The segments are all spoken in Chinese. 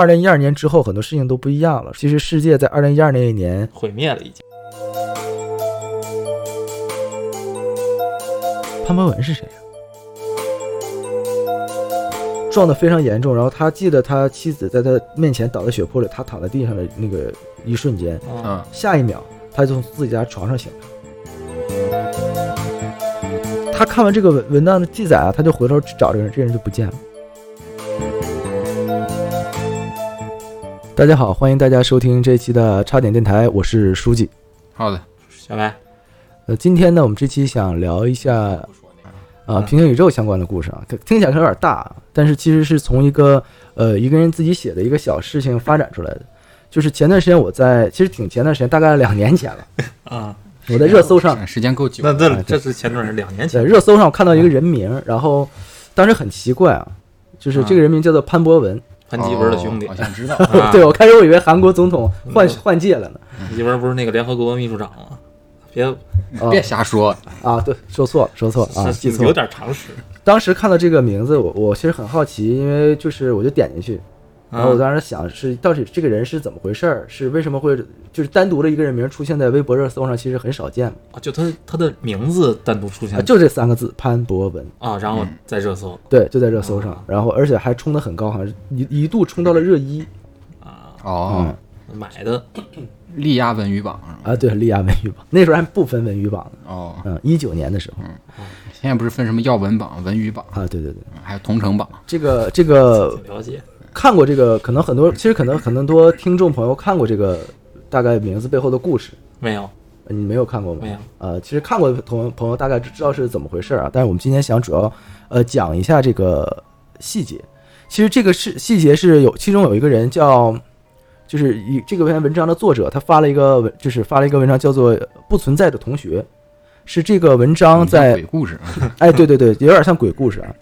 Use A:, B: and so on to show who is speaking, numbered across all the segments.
A: 二零一二年之后，很多事情都不一样了。其实世界在二零一二那一年
B: 毁灭了已经。
C: 潘博文是谁啊？
A: 撞得非常严重，然后他记得他妻子在他面前倒在血泊里，他躺在地上的那个一瞬间，
B: 嗯，
C: 嗯，
A: 下一秒他就从自己家床上醒来。他看完这个文文档的记载啊，他就回头去找这个人，这个人就不见了。大家好，欢迎大家收听这一期的差点电台，我是书记。
C: 好的，
B: 小白，
A: 呃，今天呢，我们这期想聊一下啊，平行宇宙相关的故事啊，可听起来可能有点大啊，但是其实是从一个呃一个人自己写的一个小事情发展出来的。就是前段时间我在，其实挺前段时间，大概两年前了，
B: 啊，
A: 我在热搜上，哦
C: 时间够久
B: 那。这
A: 对
B: 哎这是前段时间两年啊
A: 在
B: 前，
A: 热搜上我看到一个人名，然后当时很奇怪啊，就是这个人名叫做潘博文。
B: 潘基文的兄弟
C: 哦好，像知道。
B: 啊
A: 对我开始我以为韩国总统换
B: 嗯
A: 换届了呢，
B: 潘基文不是那个联合国秘书长吗？ 别
A: 啊
C: 别瞎说，
A: 啊，对，说错了，说错了啊，
B: 是
A: 记
B: 是
A: 错
B: 有
A: 了。
B: 点常识。
A: 当时看到这个名字，我我其实很好奇，因为就是我就点进去，然
B: 嗯啊
A: 后我当时想是到底这个人是怎么回事儿，是为什么会就是单独的一个人名出现在微博热搜上，其实很少见的，
B: 啊，就他他的名字单独出现
A: 啊就嗯这三个字潘博文，
B: 啊，然后在热搜
A: 对，就在热搜上，然后而且还冲得很高，好像是一一度冲到了热一
B: 啊
A: 嗯
C: 哦，
B: 买的
C: 力压文娱榜是吧
A: 啊，对，力压文娱榜，那时候还不分文娱榜呢，
C: 哦，
A: 嗯，一九年的时候
C: 现在不是分什么要文榜、文娱榜，
A: 啊，对对对，
C: 还有同城榜，
A: 这个这个
B: 挺了解
A: 看过这个，可能很多，其实可能很多听众朋友看过这个大概名字背后的故事，
B: 没有？
A: 你没有看过吗？
B: 没有。
A: 呃，其实看过的同朋友大概知道是怎么回事儿啊，但是我们今天想主要呃讲一下这个细节。其实这个是细节是有，其中有一个人叫，就是以这个篇文章的作者，他发了一个文，就是发了一个文章叫做《不存在的同学》，是这个文章在
C: 嗯鬼故事，
A: 哎，对对对，有点像鬼故事啊。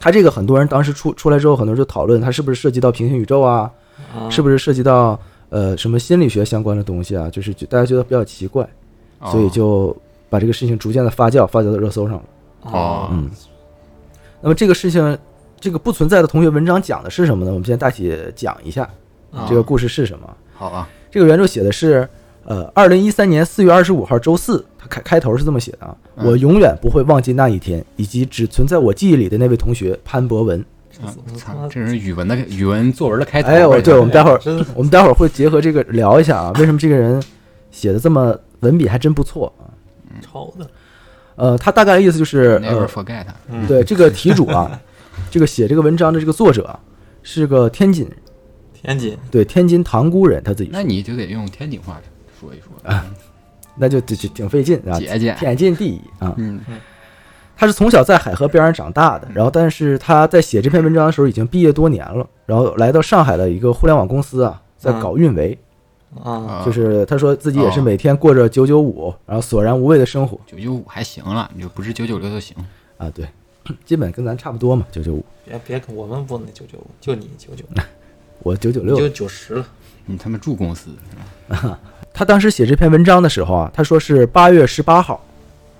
A: 他这个很多人当时出出来之后，很多人就讨论他是不是涉及到平行宇宙啊，
B: 啊
A: 是不是涉及到呃什么心理学相关的东西啊？就是觉大家觉得比较奇怪，
C: 哦
A: 所以就把这个事情逐渐的发酵，发酵到热搜上了。
B: 啊
A: 嗯
C: 哦
A: 那么这个事情，这个不存在的同学文章讲的是什么呢？我们先大体讲一下
B: 啊
A: 这个故事是什么。
C: 好啊，
A: 这个原著写的是，呃，二零一三年四月二十五号周四，他开开头是这么写的啊：
C: 嗯
A: 我永远不会忘记那一天，以及只存在我记忆里的那位同学潘博文。
C: 啊操，这是语文的语文作文的开头。
A: 哎，嗯我对我们待会儿
B: 真的，
A: 我们待会儿会结合这个聊一下啊，为什么这个人写的这么文笔还真不错啊？
B: 抄的，
A: 呃，他大概意思就是，
C: never
A: 呃，
C: forget，
A: 对这个题主 啊，这个写这个文章的这个作者啊是个天津人，
B: 天津
A: 对天津塘沽人，他自己
C: 那
A: 说，
C: 你就得用天津话说一说。
A: 那就挺挺挺费劲啊，
C: 姐姐
A: 天经地义啊。
C: 嗯，
A: 他是从小在海河边上长大的，然后但是他在写这篇文章的时候已经毕业多年了，然后来到上海的一个互联网公司啊，在搞运维，
B: 嗯啊，
C: 啊
A: 就是他说自己也是
C: 哦
A: 每天过着九九五，然后索然无味的生活。
C: 九九五还行了，你就不是九九六就行。
A: 啊，对，基本跟咱差不多嘛，九九五，
B: 别别跟我们不能九九五，就你九九，
A: 我九九
B: 你就
A: 六。
B: 九十了，
C: 你他妈住公司是吧？
A: 他当时写这篇文章的时候啊，他说是八月十八号，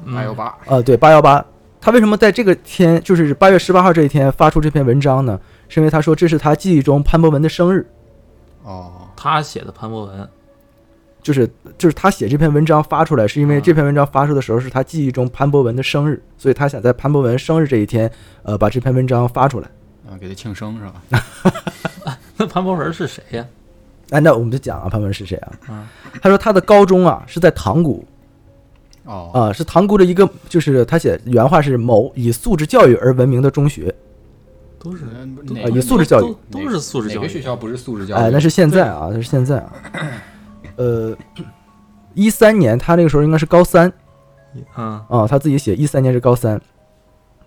B: 嗯
C: 八幺八，
A: 呃，对，八幺八。他为什么在这个天，就是八月十八号这一天发出这篇文章呢？是因为他说这是他记忆中潘博文的生日，
C: 哦，
B: 他写的潘博文
A: 就是就是他写这篇文章发出来，是因为这篇文章发出的时候是他记忆中潘博文的生日，所以他想在潘博文生日这一天，呃，把这篇文章发出来。
C: 啊，给他庆生是吧？
B: 那潘博文是谁呀？
A: 哎，那我们就讲啊，潘博文是谁啊？
B: 啊
A: 他说他的高中啊是在塘沽，
C: 哦，
A: 啊、是塘沽的一个，就是他写原话是某以素质教育而闻名的中学，
B: 都
C: 嗯
B: 是
C: 哪
B: 都
C: 个
A: 啊以素质教育
B: 都都都是素质
C: 哪
B: 教
C: 个学
B: 育，
C: 校不是素质教育？
A: 哎、那是现在啊，那是现在啊，呃，一三年他那个时候应该是高三
B: 嗯
A: 啊、他自己写一三年是高三，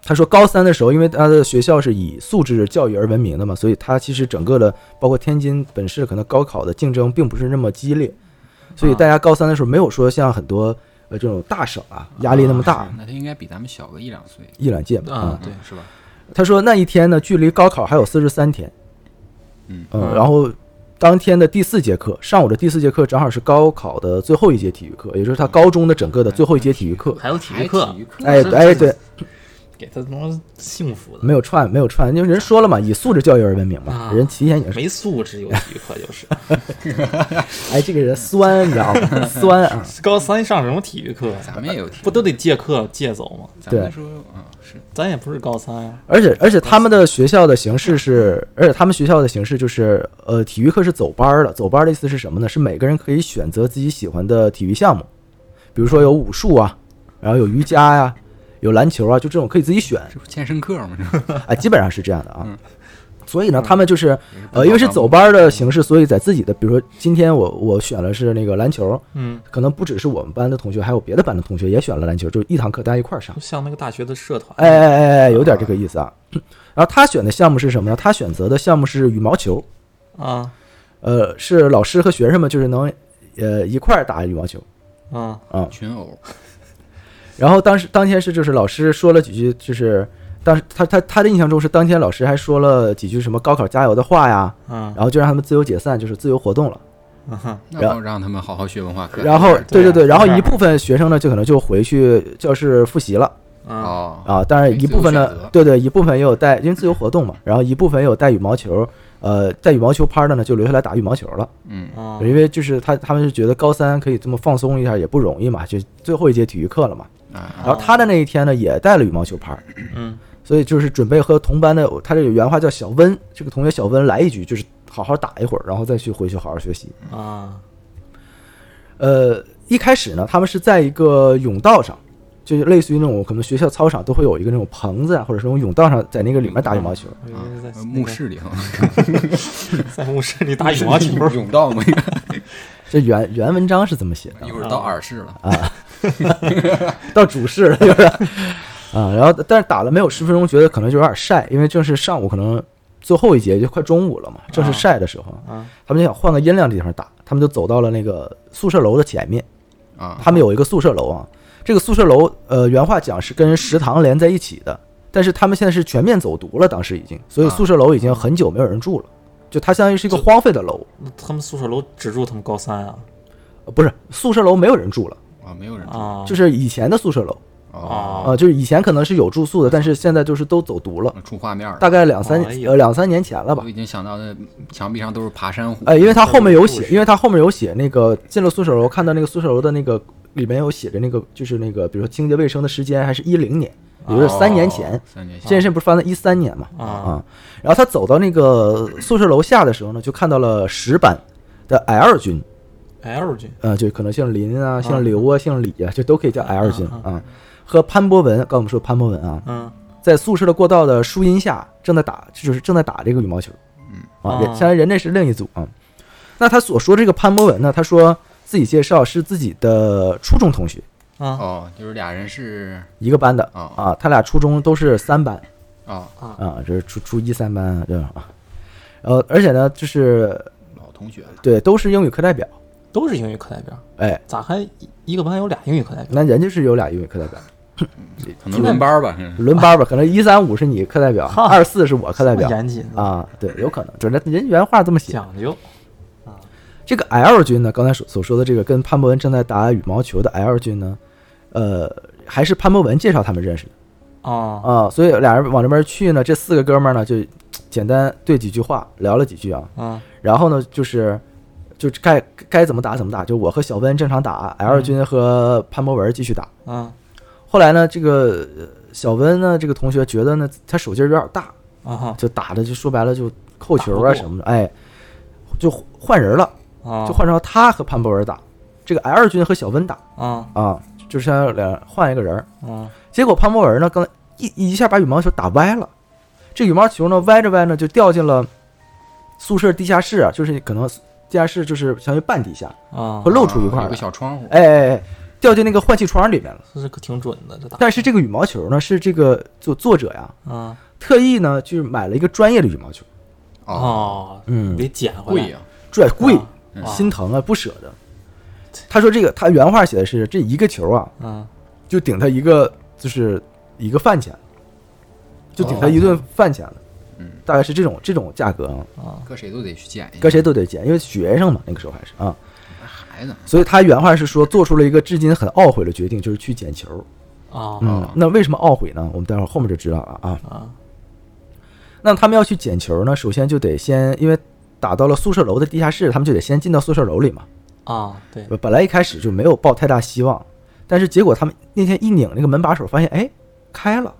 A: 他说高三的时候，因为他的学校是以素质教育而闻名的嘛，所以他其实整个的包括天津本市可能高考的竞争并不是那么激烈，所以大家高三的时候没有说像很多呃这种大省啊压力那么大，
C: 那他应该比咱们小个一两岁，
A: 一两届嘛啊。
B: 啊，对
C: 嗯，是吧？
A: 他说那一天呢，距离高考还有四十三天。
C: 嗯
B: 嗯
A: 然后当天的第四节课，上午的第四节课正好是高考的最后一节体育课，也就是他高中的整个的最后一节体育课。
C: 嗯
B: 还有体育课
C: 还体育课
A: 哎
B: 是
A: 哎对，
B: 给他他妈幸福的，
A: 没有串，没有串，因为人说了嘛，以素质教育而闻名嘛，
B: 啊
A: 人提前也是，
B: 没素质有几个 就是。
A: 哎，这个人酸，你知道吗？ 酸啊，
B: 高三上什么体育课呀？
C: 咱们也有听
B: 不都得借课借走吗？
C: 咱们
A: 对
C: 说，嗯，是
B: 咱也不是高三呀、
A: 而且而且他们的学校的形式是，而且他们学校的形式就是，呃，体育课是走班儿的。走班儿的意思是什么呢？是每个人可以选择自己喜欢的体育项目，比如说有武术啊，然后有瑜伽呀、有篮球啊，就这种可以自己选。
C: 这不健身课吗？这不
A: 哎，基本上是这样的啊
C: 嗯。
A: 所以呢，他们就是
C: 也是
A: 呃，因为是走班儿的形式，所以在自己的，比如说今天我我选了是那个篮球，
B: 嗯，
A: 可能不只是我们班的同学，还有别的班的同学也选了篮球，就一堂课大家一块儿上
B: 就。像那个大学的社团，
A: 哎哎哎哎，有点这个意思啊。然后他选的项目是什么呢？他选择的项目是羽毛球，
B: 啊
A: 呃，是老师和学生们就是能呃一块儿打羽毛球
B: 啊，
A: 啊、
C: 群殴，
A: 然后当时当天是就是老师说了几句，就是当时他他他的印象中是当天老师还说了几句什么高考加油的话呀，
B: 嗯
A: 然后就让他们自由解散，就是自由活动了。
B: 嗯哼
C: 那
A: 然
C: 要让他们好好学文化课。
A: 然后对
B: 对
A: 对对，
B: 啊
A: 然后
B: 是啊
A: 一部分学生呢就可能就回去教室复习了。
B: 啊
C: 哦，
A: 啊，当然一部分
C: 自由选
A: 呢
C: 择，
A: 对对，一部分也有带，因为自由活动嘛，然后一部分也有带羽毛球，呃，带羽毛球拍的呢就留下来打羽毛球了，
C: 嗯，
B: 啊
A: 因为就是他他们是觉得高三可以这么放松一下也不容易嘛，就最后一节体育课了嘛，
C: 啊，
A: 然后他的那一天呢也带了羽毛球拍，
B: 嗯
A: 所以就是准备和同班的，他这个原话叫小温，这个同学小温来一局，就是好好打一会儿，然后再去回去好好学习。
B: 啊
A: 呃，一开始呢，他们是在一个甬道上，就是类似于那种可能学校操场都会有一个那种棚子啊，或者是那种甬道上，在那个里面打羽毛球。
B: 我以
C: 啊
B: 哎为是在
C: 呃
B: 那
C: 墓
B: 个
C: 室里头
B: 在墓室里打羽 毛球，
C: 甬道嘛，
A: 这原原文章是这么写的
C: 一会儿到耳室
A: 啊
C: 了。
A: 到主室了，就是 啊，然后但是打了没有十分钟，觉得可能就有点晒，因为正是上午可能最后一节就快中午了嘛，正是晒的时候，
B: 啊
A: 他们就想换个阴凉的地方打，他们就走到了那个宿舍楼的前面，
C: 啊，
A: 他们有一个宿舍楼啊，这个宿舍楼呃原话讲是跟食堂连在一起的，但是他们现在是全面走读了，当时已经，所以
C: 啊
A: 宿舍楼已经很久没有人住了，就它相当于是一个荒废的楼，
B: 那他们宿舍楼只住他们高三啊
A: 呃不是宿舍楼没有人住了，
C: 啊，没有人住
B: 啊，
A: 就是是以前的宿舍楼。
C: 哦，
A: 啊，就是以前可能是有住宿的，但是现在就是都走读了，
C: 出画面了。
A: 大概两三
B: 哎呀
A: 呃两三年前了吧
C: 我。已经想到那墙壁上都是爬山虎。
A: 呃，因为他后面有写
B: 故，事
A: 因为他后面有写那个进了宿舍楼，看到那个宿舍楼的那个里面有写着那个就是那个，比如说清洁卫生的时间还是一零年，也就是呃三年前
C: 哦。，三年
A: 这
C: 前
A: 件事不是发生在一三年嘛？
B: 啊
A: 啊，然后他走到那个宿舍楼下的时候呢，就看到了十班的 L 军，
B: L 军
A: 呃，就可能姓林啊、
B: 啊
A: 姓刘啊、姓李啊，就都可以叫 L 军
B: 啊
A: 啊，和潘博文，刚才我们说潘博文啊，
B: 嗯
A: 在宿舍的过道的树荫下正在打，就是正在打这个羽毛球。
C: 嗯
A: 啊，
B: 啊
A: 也相当于人那是另一组啊。那他所说这个潘博文呢，他说自己介绍是自己的初中同学，
B: 啊
C: 哦，就是俩人是
A: 一个班的
C: 啊
A: 啊，他俩初中都是三班
C: 啊，
B: 啊
A: 啊，这是初初一三班啊，这种啊。呃，而且呢，就是
C: 老同学了。
A: 对，都是英语课代表，
B: 都是英语课代表，
A: 哎，
B: 咋还一一个班有俩英语课代表？
A: 那人家是有俩英语课代表，
C: 可能轮班儿吧，嗯是
A: 轮班吧，可能一三五是你课代表，
B: 哈
A: 二四是我课代表
B: 这么严谨啊
A: 啊，对，有可能，就是人原话这么写，
B: 讲究
A: 这个 L 君呢，刚才所所说的这个跟潘博文正在打羽毛球的 L 君呢，呃，还是潘博文介绍他们认识的
B: 啊
A: 啊、所以俩人往这边去呢，这四个哥们儿呢就嘖简单对几句话，聊了几句啊，
B: 啊
A: 然后呢就是就该该怎么打怎么打，就我和小温正常打，L
B: 嗯
A: 君和潘博文继续打。
B: 啊
A: 后来呢，这个呃小温呢这个同学觉得呢他手劲儿有点大，
B: 啊哈
A: 就打的就说白了就扣球
B: 打不过
A: 啊什么的，哎，就换人了。
B: 啊
A: 就换成他和潘博文打，这个 L 军和小温打
B: 啊
A: 啊，就是想俩换一个人儿。
B: 啊
A: 结果潘博文呢，刚才一一下把羽毛球打歪了，这羽毛球呢歪着歪呢就掉进了宿舍地下室啊，就是可能地下室就是相当于半地下，
B: 啊
A: 会，露出一块
C: 啊有
A: 儿
C: 个
A: 来，
C: 小窗户。
A: 哎哎哎，掉进那个换气窗里面了。
B: 这是可挺准的，这打
A: 但是这个羽毛球呢，是这个作作者呀
B: 啊
A: 特意呢就是买了一个专业的羽毛球，
C: 哦，啊
B: 哦，
A: 嗯
B: 得捡回来啊
C: 贵呀，
A: 拽贵，
C: 嗯
A: 心疼啊，不舍得。他说这个他原话写的是这一个球啊，
B: 啊
A: 就顶他一个就是一个饭钱，就顶他一顿饭钱了，
C: 嗯，
A: 大概是这种这种价格啊，
B: 啊
C: 搁谁都得去捡一下。
A: 搁谁都得捡，因为学生嘛，那个时候还是啊，
C: 孩子
A: 所以他原话是说做出了一个至今很懊悔的决定，就是去捡球，
B: 啊啊
A: 嗯，那为什么懊悔呢？我们待会儿后面就知道了啊。
B: 啊
A: 那他们要去捡球呢，首先就得先，因为打到了宿舍楼的地下室，他们就得先进到宿舍楼里嘛。
B: 啊！对，
A: 本来一开始就没有抱太大希望，但是结果他们那天一拧那个门把手，发现哎开了，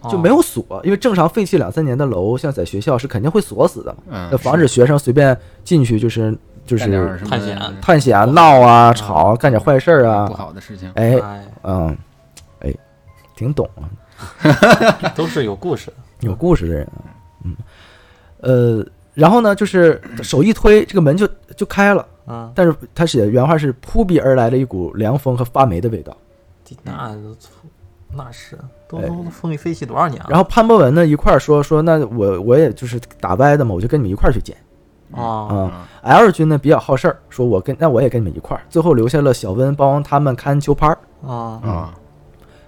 C: 哦
A: 就没
B: 有
A: 有锁，因为正常废弃两三年的楼，像在学校是肯定会锁死的嘛，
C: 嗯
A: 那防止学生随便进去就是就
C: 干点
A: 是
C: 儿什么呃
B: 探险啊
A: 探险啊、闹啊、吵啊、干点坏事儿
C: 不
A: 啊，
C: 好的事情。
A: 哎
B: 哎，
A: 嗯，哎，挺懂啊，
B: 都是有故事的。
A: 有故事的人啊，嗯，呃，然后呢，就是手一推，这个门就就开了，
B: 嗯，
A: 但是他写的原话是扑鼻而来的一股凉风和发霉的味道。
B: 这那都那是都
A: 哎
B: 都风里飞起多少
C: 啊
B: 年了
A: 然后潘博文呢一块儿说说，那我我也就是打歪的嘛，我就跟你们一块儿去捡
B: 啊
A: 啊。L 君呢比较好事儿，说我跟那我也跟你们一块儿，最后留下了小温帮他们看球拍儿。
B: 啊
C: 啊，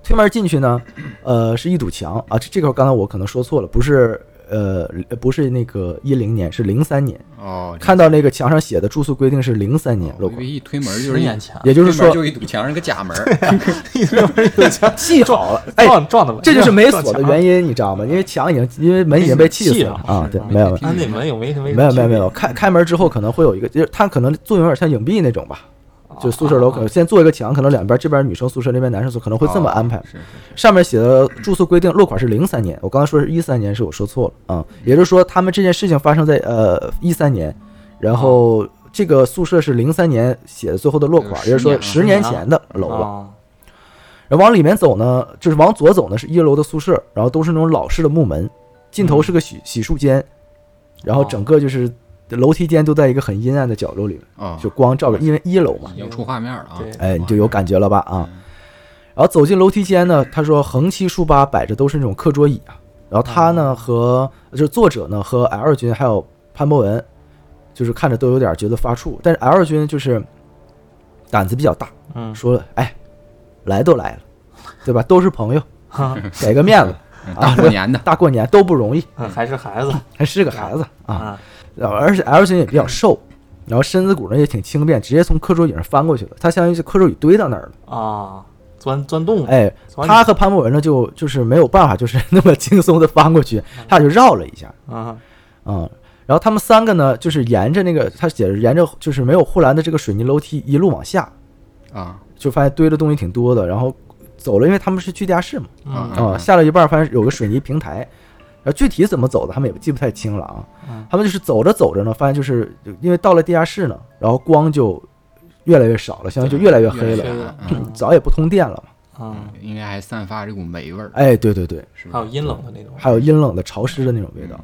A: 推门进去呢，呃，是一堵墙啊，这这块儿刚才我可能说错了，不是呃不是那个一零年，是零三年。
C: 哦，
A: 嗯看到那个墙上写的住宿规定是零三年
C: 哦我以
A: logo，
C: 为一推门就
B: 十
C: 是一
B: 年前，
A: 也就是
C: 推门
A: 说
C: 就一堵墙，是个假门儿。
A: 记好了，哎，
B: 撞撞的，
A: 这就是没锁的
B: 因。
A: 原因，你知道吗？因为墙已经因为门已经被气死了啊，对，没有没有。
B: 啊，那门有没没
A: 没有没有没有，开开门之后可能会有一个，就是它可能作用有点像影壁那种吧，就宿舍楼可能先做一个墙，可能两边这边女生宿舍那边男生宿舍可能会这么安排
C: 哦。是是
A: 上面写的住宿规定落款是零三年，我刚才说是一三年，是我说错了啊、也就是说他们这件事情发生在呃一三年，然后这个宿舍是零三年写的最后的落款，也就是说十年前的楼了。
B: 啊
A: 然后往里面走呢，就是往左走呢是一楼的宿舍，然后都是那种老式的木门，尽头是个洗洗漱间，然后整个就是楼梯间都在一个很阴暗的角落里面，
C: 哦，
A: 就光照着，因为一楼嘛
C: 已，经出画面了啊
B: 对！
A: 哎，你就有感觉了吧啊
C: 嗯。
A: 然后走进楼梯间呢，他说横七竖八摆着都是那种课桌椅啊，然后他呢和就是作者呢和 L 君还有潘博文，就是看着都有点觉得发怵，但是 L 君就是胆子比较大，
B: 嗯，
A: 说了，哎，来都来了，对吧？都是朋友，
B: 哈
A: 给个面子
C: 嗯大过年的，
A: 大过年都不容易，
B: 嗯 还是孩子
A: 还是个孩子啊。
B: 啊
A: 然后而且 L 君也比较瘦，然后身子骨呢也挺轻便，直接从课桌椅上翻过去了。他相当于是课桌椅堆到那儿了。
B: 啊，钻钻洞
A: 哎，
B: 钻
A: 他和潘博文呢就就是没有办法，就是那么轻松的翻过去，
B: 嗯
A: 他就绕了一下
B: 啊
A: 啊、嗯然后他们三个呢，就是沿着那个他写着沿着就是没有护栏的这个水泥楼梯一路往下，
C: 啊
A: 就发现堆的东西挺多的，然后走了，因为他们是去地下室嘛。
B: 嗯
A: 啊、下了一半儿发现有个水泥平台，然后具体怎么走的他们也记不太清了啊。
B: 嗯
A: 他们就是走着走着呢，发现就是因为到了地下室呢，然后光就越来越少了，相当于就越来越黑了，
C: 了
B: 黑了
C: 嗯
A: 早也不通电了嘛。
B: 嗯，
C: 应该还散发这股霉味儿，
A: 哎，对对对，
C: 是
B: 还
C: 吧
B: 有？阴冷的那种，
A: 还有阴冷的、潮湿的那种味道。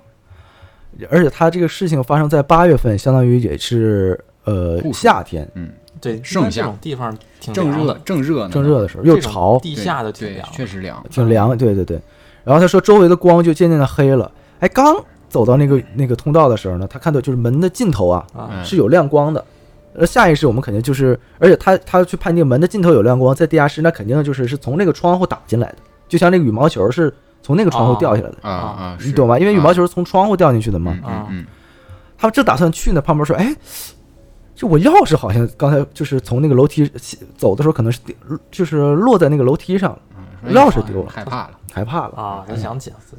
A: 而且它这个事情发生在八月份，相当于也是呃
C: 酷暑
A: 夏天
C: 嗯，
B: 对，这种地方挺
C: 正热正热呢，
A: 正热的时候，又潮，
B: 地
C: 对
B: 下的挺
C: 对
B: 凉，
C: 确实凉。
A: 挺凉，对对对。然后他说周围的光就渐渐的黑了，哎，刚走到那个那个通道的时候呢，他看到就是门的尽头啊
B: 啊
C: 嗯
A: 是有亮光的，而下意识我们肯定就是，而且他他去判定门的尽头有亮光，在地下室那肯定就是是从那个窗户打进来的，就像那个羽毛球是从那个窗户掉下来的，
C: 啊啊，
A: 你懂吧？因为羽毛
C: 球
A: 球是从窗户掉进去的嘛。
C: 嗯嗯嗯
A: 他们正打算去呢，胖波说：“哎，这我钥匙好像刚才就是从那个楼梯走的时候，可能是就是落在那个楼梯上了，
C: 嗯，嗯
A: 钥匙丢了
C: 害怕了，
A: 害怕了，
B: 啊，人想起来这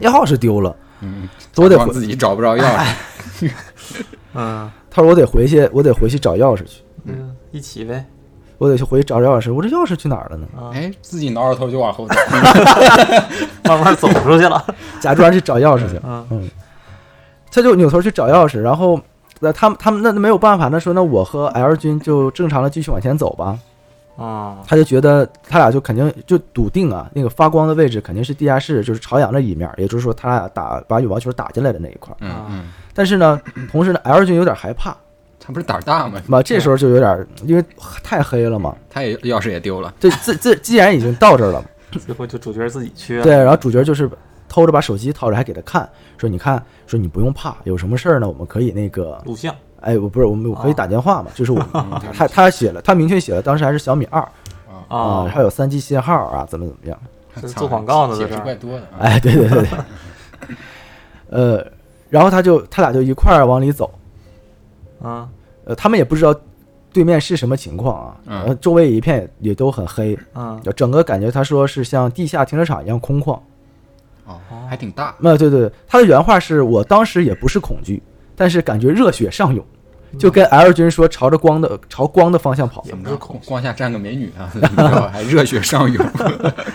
B: 这，
A: 钥匙丢了，
C: 嗯，
A: 我得哎回
C: 自己找不着钥匙，
B: 嗯
A: 他说我得回去，我得回去找钥匙去，
B: 嗯，一起呗
A: 我得去回去找钥匙。我这钥匙去哪儿了呢？
B: 啊，
C: 哎，自己挠着头就往后走，
A: 啊
B: 慢慢走出去了，
A: 假装去找钥匙去。
B: 嗯
A: 嗯，他就扭头去找钥匙，然后那他们他们那那没有办法，那说那我和 L 君就正常的继续往前走吧。
B: 啊
A: 他就觉得他俩就肯定就笃定啊，那个发光的位置肯定是地下室，就是朝阳的一面，也就是说他俩打把羽毛球打进来的那一块儿。
C: 嗯嗯，
A: 但是 呢，同时呢，L 君有点害怕，
C: 他不是胆儿大吗？
A: 嘛，这时候就有点因为太黑了嘛，
C: 他也钥匙也丢了，
A: 这自自既然已经到这儿了，
B: 最后就主角自己去了，
A: 对，然后主角就是偷着把手机掏着，还给他看，说你看，说你不用怕，有什么事儿呢，我们可以那个，
B: 录像
A: 哎，我不是我们我可以
B: 啊
A: 打电话嘛，就是我 们他他写了，他明确写了，当时还是小米二啊，
B: 啊，
A: 还有三 G 信号啊，怎么怎么样，
B: 这是做广告呢
C: 解
B: 在
C: 释
B: 这
C: 怪
B: 儿
C: 多的啊，
A: 哎，对对对对，呃，然后他就他俩就一块儿往里走，
B: 啊
A: 呃，他们也不知道对面是什么情况啊，
C: 嗯
A: 呃周围一片也都很黑，
B: 嗯，
A: 整个感觉他说是像地下停车场一样空旷。
C: 哦，还挺大，
A: 那对对，对他的原话是我当时也不是恐惧，但是感觉热血上涌，就跟 L 君说朝着光的朝光的方向跑。
B: 也
C: 怎么
B: 不是
C: 着？
B: 恐
C: 光下站个美女啊，怎 么着还热血上涌，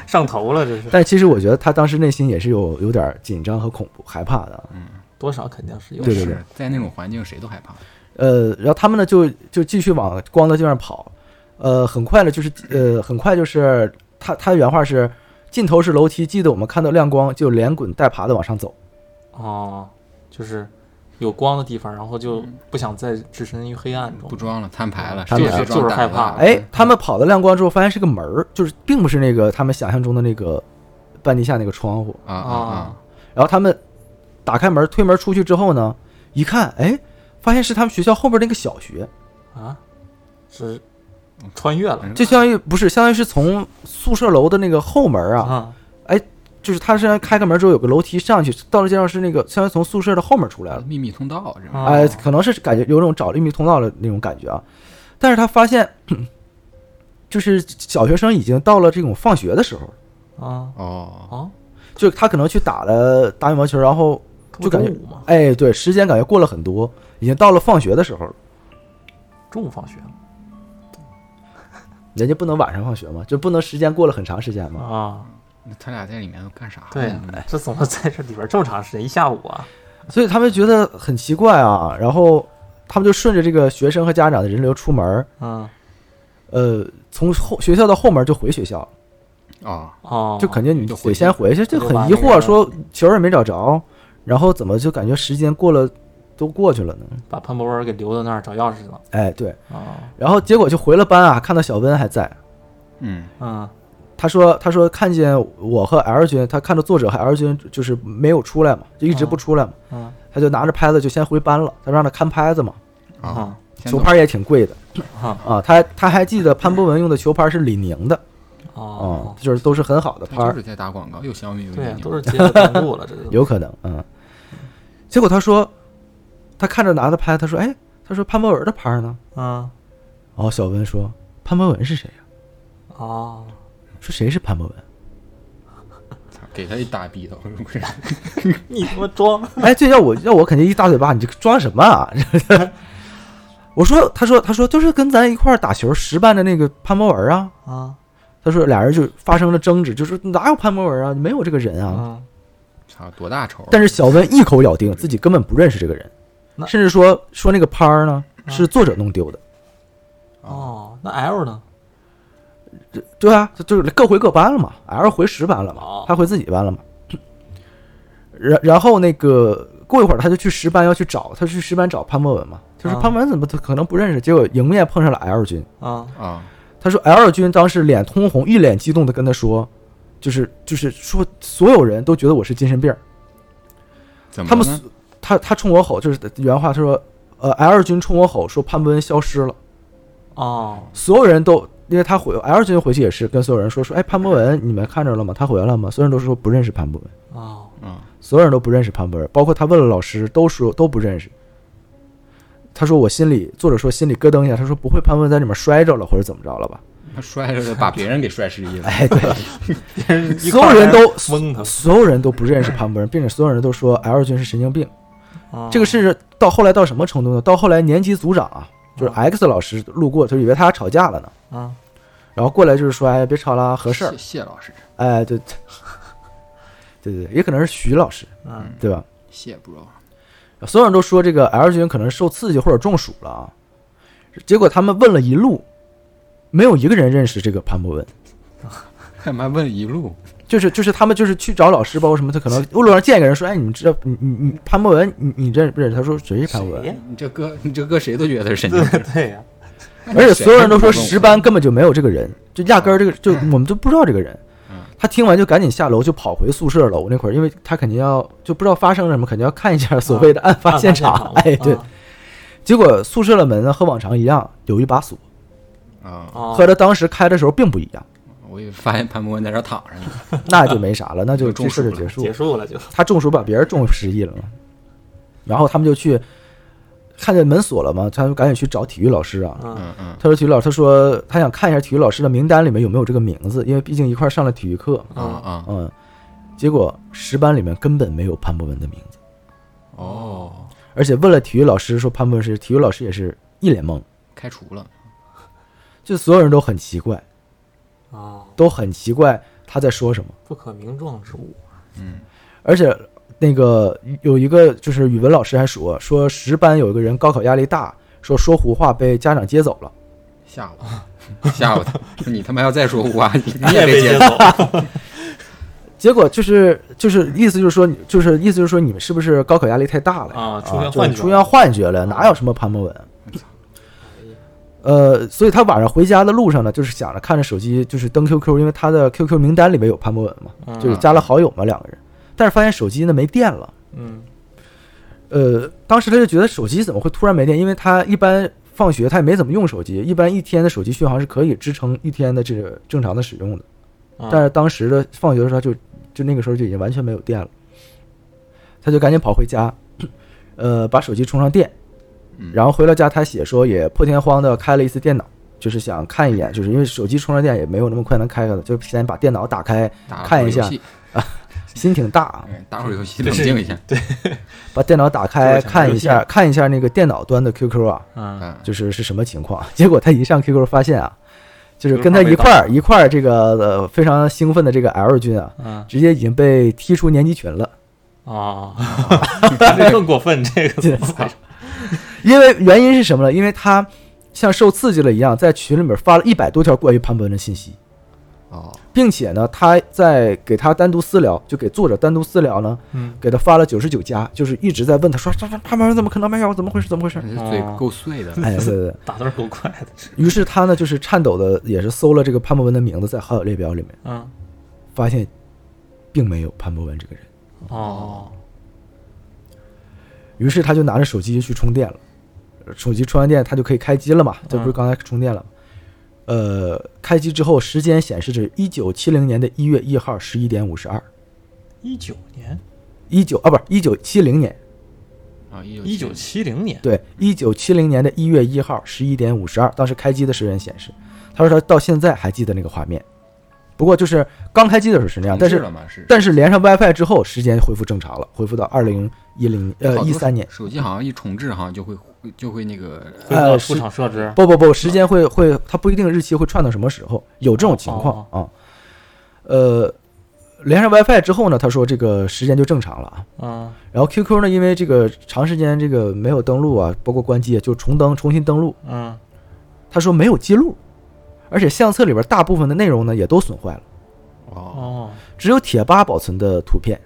B: 上头了，这是
A: 但其实我觉得他当时内心也是有有点紧张和恐怖、害怕的。啊
B: 多少肯定是 有
A: 对对
C: 是在那种环境谁都害怕。
A: 呃，然后他们呢就就继续往光的地方跑，呃，很快呢就是呃很快就是他他的原话是尽头是楼梯，记得我们看到亮光就连滚带爬的往上走。
B: 哦，就是有光的地方，然后就
A: 嗯
B: 不想再置身于黑暗中
C: 不。装了，摊牌了，
A: 摊
C: 谁
A: 牌
C: 也
A: 了
C: 装
B: 哦就是害
C: 胆大
B: 怕
A: 哎，他们跑到亮光之后发现是个门儿，就是并不是那个他们想象中的那个半地下那个窗户。
C: 啊啊啊！
A: 然后他们打开门推门出去之后呢，一看，哎，发现是他们学校后边那个小学，
B: 啊，是穿越了
C: 嗯
A: 就相当于不是，相当于是从宿舍楼的那个后门啊，
B: 啊！
A: 就是他是开个门之后有个楼梯上去，到了街上是那个相当于从宿舍的后面出来了，
C: 秘密通道是吧？
B: 啊
A: 哎，可能是感觉有种找了一密通道的那种感觉啊。但是他发现， 就是小学生已经到了这种放学的时候，
B: 啊
C: 哦，
B: 啊，
A: 就他可能去打了打羽毛球，然后
B: 这不
A: 就感觉
B: 中午嘛，
A: 哎，对，时间感觉过了很多，已经到了放学的时候了。
B: 中午放学了
A: 人家不能晚上放学吗？就不能时间过了很长时间吗？
B: 啊。
C: 那他俩在里面都干啥呢？
B: 对呀、这怎么在这里边这么长时间？一下午啊？
A: 所以他们觉得很奇怪啊，然后他们就顺着这个学生和家长的人流出门儿，
B: 嗯，
A: 呃，从后学校的后门就回学校，
C: 哦，
B: 哦，
A: 就肯定你
C: 就回
A: 得先回去，就很疑
B: 就把那
A: 惑，
B: 个
A: 说球也没找着，然后怎么就感觉时间过了都过去了呢？
B: 把潘博文给留在那儿找钥匙去了。
A: 哎，对，
B: 啊，
A: 然后结果就回了班啊，看到小温还在，
C: 嗯，
B: 嗯，
A: 他说：“他说看见我和 L 君，他看到作者和 L 君就是没有出来嘛，就一直不出来嘛，
B: 嗯
A: 他就拿着拍子就先回班了。他让他看拍子嘛，
B: 嗯
C: 啊，先
A: 球
C: 走
A: 拍也挺贵的
B: 啊
A: 啊。他他还记得潘博文用的球拍是李宁的啊
B: 哦，，
A: 就是都是很好的拍
C: 那就
A: 儿，
C: 是在打广告，又小米又
B: 对啊
C: 李，宁
B: 都是接了赞助了，这都
A: 有可能嗯。结果他说，他看着拿的拍，他说：‘哎，他说潘博文的拍儿呢
B: 嗯？’
A: 然后哦小文说：‘潘博文是谁呀、
B: 哦，
A: 说谁是潘博文？’
C: 给他一大逼头，是不是？
B: 你他妈装
A: 哎，这要我要我肯定一大嘴巴，你这装什么啊？ 我说，他说，他说，就是跟咱一块儿打球实办的那个潘博文啊。
B: 啊
A: 他说俩人就发生了争执，就说哪有潘博文啊，没有这个人啊。
B: 啊！
C: 操，多大仇啊？
A: 但是小温一口咬定自己根本不认识这个人，
B: 那
A: 甚至说说那个拍儿呢是作者弄丢的。
B: 哦，那 L 呢？
A: 对啊，就就是各回各班了嘛，L 回十班了嘛
B: 哦，
A: 他回自己班了嘛。然然后那个过一会儿他就去十班要去找，他去十班找潘博文嘛，他说
B: 啊
A: 潘博文怎么可能不认识？结果迎面碰上了 L 君，
B: 啊
C: 啊，
A: 他说 L 君当时脸通红，一脸激动的跟他说，就是就是说所有人都觉得我是精神病儿，
C: 怎么
A: 他们
C: 了呢
A: 所他他冲我吼，就是原话，他说呃 L 君冲我吼说潘博文消失了。
B: 哦
A: 所有人都因为他回 L 君回去也是跟所有人说说，哎，潘博文你们看着了吗？他回来了吗？所有人都说不认识潘博文，
B: 哦，
C: 嗯
A: 所有人都不认识潘博文，包括他问了老师，都说都不认识。他说我心里，作者说心里咯噔一下，他说不会潘博文在里面摔着了或者怎么着 了吧？
C: 他摔着把别人给摔失忆了。
A: 哎，对，
B: 一
A: 所
B: 块
A: 有
B: 儿
A: 人都
B: 蒙他
A: 所有人都不认识潘博文，并且所有人都说 L 君是神经病。
B: 啊
A: 这个事到后来到什么程度呢？到后来年级组长啊，就是
B: 哦
A: X 老师路过，就以为他俩吵架了呢，
B: 啊
A: 然后过来就是说，哎，别吵啦，合适儿
C: 谢。谢老师，
A: 哎，对， 对对，也可能是徐老师，
B: 嗯
A: 对吧？
C: 谢 bro，
A: 所有人都说这个 L 君可能是受刺激或者中暑了啊，结果他们问了一路，没有一个人认识这个潘博文，
C: 干嘛问一路？
A: 就是就是他们就是去找老师，包括什么，他可能路上见一个人说，哎，你知道你你你潘博文，你你认不认识？他说谁是潘博
B: 谁
A: 文？
B: 呀？
C: 你这哥，你这哥谁都觉得是神经
B: 对
C: 病，
B: 对呀，
A: 而且所有人都说
C: 谁
A: 十班根本就没有这个人，就压根儿这个就我们都不知道这个人
C: 嗯。
A: 他听完就赶紧下楼，就跑回宿舍楼那会儿，因为他肯定要就不知道发生了什么，肯定要看一下所谓的案发现场。哎，对，
B: 啊
A: 结果宿舍的门呢和往常一样有一把锁，
C: 啊！
B: 哦
A: 和他当时开的时候并不一样，
C: 我以为发现潘博文在这儿躺着呢，
A: 那就没啥了，那就
C: 就
A: 这事儿就
C: 中
A: 结束
B: 结
A: 了。
B: 束了就
A: 他中暑把别人中失忆了嘛，然后他们就去看见门锁了嘛，他就赶紧去找体育老师啊。
B: 嗯，
C: 嗯嗯
A: 他说体育老师，他说他想看一下体育老师的名单里面有没有这个名字，因为毕竟一块儿上了体育课。
C: 啊啊
A: 嗯，结果十班里面根本没有潘博文的名字，
C: 哦，
A: 而且问了体育老师说潘博文是，体育老师也是一脸懵，
C: 开除了，
A: 就所有人都很奇怪，
B: 啊，
A: 都很奇怪他在说什么。
B: 不可名状之物，
C: 嗯
A: 而且那个有一个就是语文老师还说说十班有一个人高考压力大，说说胡话被家长接走了。
C: 吓我 吓我他，你他妈要再说胡话， 你
B: 你
C: 也被哎接走。
B: 走，
A: 结果就是就是意思就是说你就是意思就是说你们是不是高考压力太大了呀
B: 啊出现
A: 就是
B: 幻觉
A: 出现幻觉了，哪有什么潘博文？
B: 嗯
A: 呃，所以他晚上回家的路上呢，就是想着看着手机，就是登 QQ，因为他的 QQ 名单里面有潘博文嘛，
B: 嗯
A: 就是加了好友嘛，两个人。但是发现手机呢没电了，
B: 嗯
A: 呃，当时他就觉得手机怎么会突然没电？因为他一般放学他也没怎么用手机，一般一天的手机续航是可以支撑一天的这个正常的使用的。
B: 啊
A: 但是当时的放学的时候，他就就那个时候就已经完全没有电了，他就赶紧跑回家， 呃，把手机充上电，
C: 嗯
A: 然后回到家，他写说也破天荒的开了一次电脑，就是想看一眼，就是因为手机充上电也没有那么快能开开的，就先把电脑打开，
C: 打会儿
A: 看一
C: 游
A: 下
C: 戏，
A: 心挺大啊，
C: 哎打会儿游戏，
B: 这
C: 冷
B: 是
C: 静一下。
A: 把电脑打开
B: 这个
A: 看一下，看一下那个电脑端的 QQ 啊，
B: 嗯
C: 嗯，
A: 就是是什么情况。 结果他一上 QQ 发现啊，就是跟他一块儿一块儿这个呃非常兴奋的这个 L 君啊，
B: 嗯
A: 直接已经被踢出年级群了。
B: 啊，这更过分，这个怎么回事
A: 因为原因是什么呢？因为他像受刺激了一样，在群里面发了一百多条关于潘博文的信息，
C: 哦，
A: 并且呢，他在给他单独私聊，就给作者单独私聊呢，
B: 嗯
A: 给他发了九十九加，就是一直在问他说，这这潘博文怎么可能没有？怎么回事？怎么回事
C: 这？嘴够碎的。
A: 哎，对对对。
B: 打字儿够快的，
A: 于是他呢，就是颤抖的，也是搜了这个潘博文的名字，在好友列表里面
B: 嗯
A: 发现，并没有潘博文这个人。
B: 哦
A: 于是他就拿着手机去充电了，手机充完电，他就可以开机了
C: 嗯
A: 嘛？这不是刚才充电了吗？呃，开机之后，时间显示是一九七零年的一月一号十一点五十二，
B: 一九年，
A: 一九啊，不是一九七零年，
C: 啊，
B: 一九七零年，
A: 对，一九七零年的一月一号十一点五十二，当时开机的时间显示，他说他到现在还记得那个画面，不过就是刚开机的时候是那样，但是
C: 了嘛是，啊
A: 但是连上 WiFi 之后，时间恢复正常了，恢复到二零一零呃
C: 好多
A: 一三年。
C: 手机好像一重置，好像就会就会那个
B: 回到出厂设置，
A: 不不不，时间会会，它不一定日期会串到什么时候，有这种情况啊。
B: 哦
A: 呃，连上 WiFi 之后呢，他说这个时间就正常了啊。
B: 嗯
A: 然后 QQ 呢，因为这个长时间这个没有登录啊，包括关机，就重登重新登录。
B: 嗯
A: 他说没有记录，而且相册里边大部分的内容呢也都损坏了，
C: 哦，
B: 哦，
A: 只有贴吧保存的图片，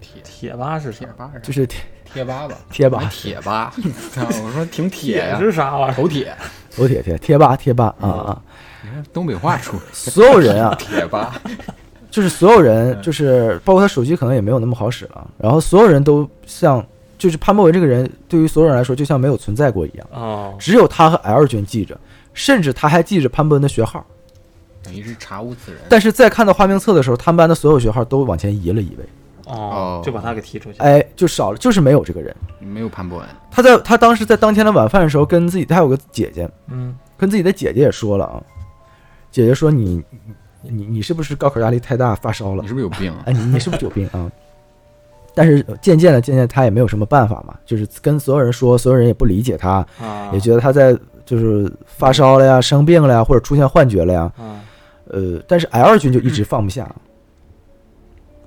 C: 铁
B: 铁吧是啥
C: 铁？吧是
A: 就是贴
C: 贴吧吧，
A: 贴吧
C: 还铁吧，操 我说挺铁呀，
B: 是啥玩意儿？
C: 头铁，
A: 头铁贴贴吧贴吧啊啊！
B: 嗯
C: 你看东北话出来，
A: 所有人啊，
C: 铁吧，
A: 就是所有人，就是包括他手机可能也没有那么好使了，然后所有人都像，就是潘博文这个人，对于所有人来说就像没有存在过一样，
B: 哦，
A: 只有他和 L 君记着，甚至他还记着潘博文的学号，
C: 等于是查无此人。
A: 但是在看到花名册的时候，他们班的所有学号都往前移了一位，
B: 哦
C: 哦，
B: 就把他给踢出去。
A: 哎，就少了，就是没有这个人。
C: 没有潘博文，
A: 他在他当时在当天的晚饭的时候，跟自己他有个姐姐，
B: 嗯，
A: 跟自己的姐姐也说了啊，姐姐说你你你是不是高考压力太大发烧了
C: 你？是不是有病 啊？
A: 哎，你你是不是有病啊？但是渐渐的，渐渐他也没有什么办法嘛，就是跟所有人说，所有人也不理解他，
B: 啊，
A: 也觉得他在就是发烧了呀、生病了呀，或者出现幻觉了呀。
B: 嗯
A: 呃，但是 L 君就一直放不下、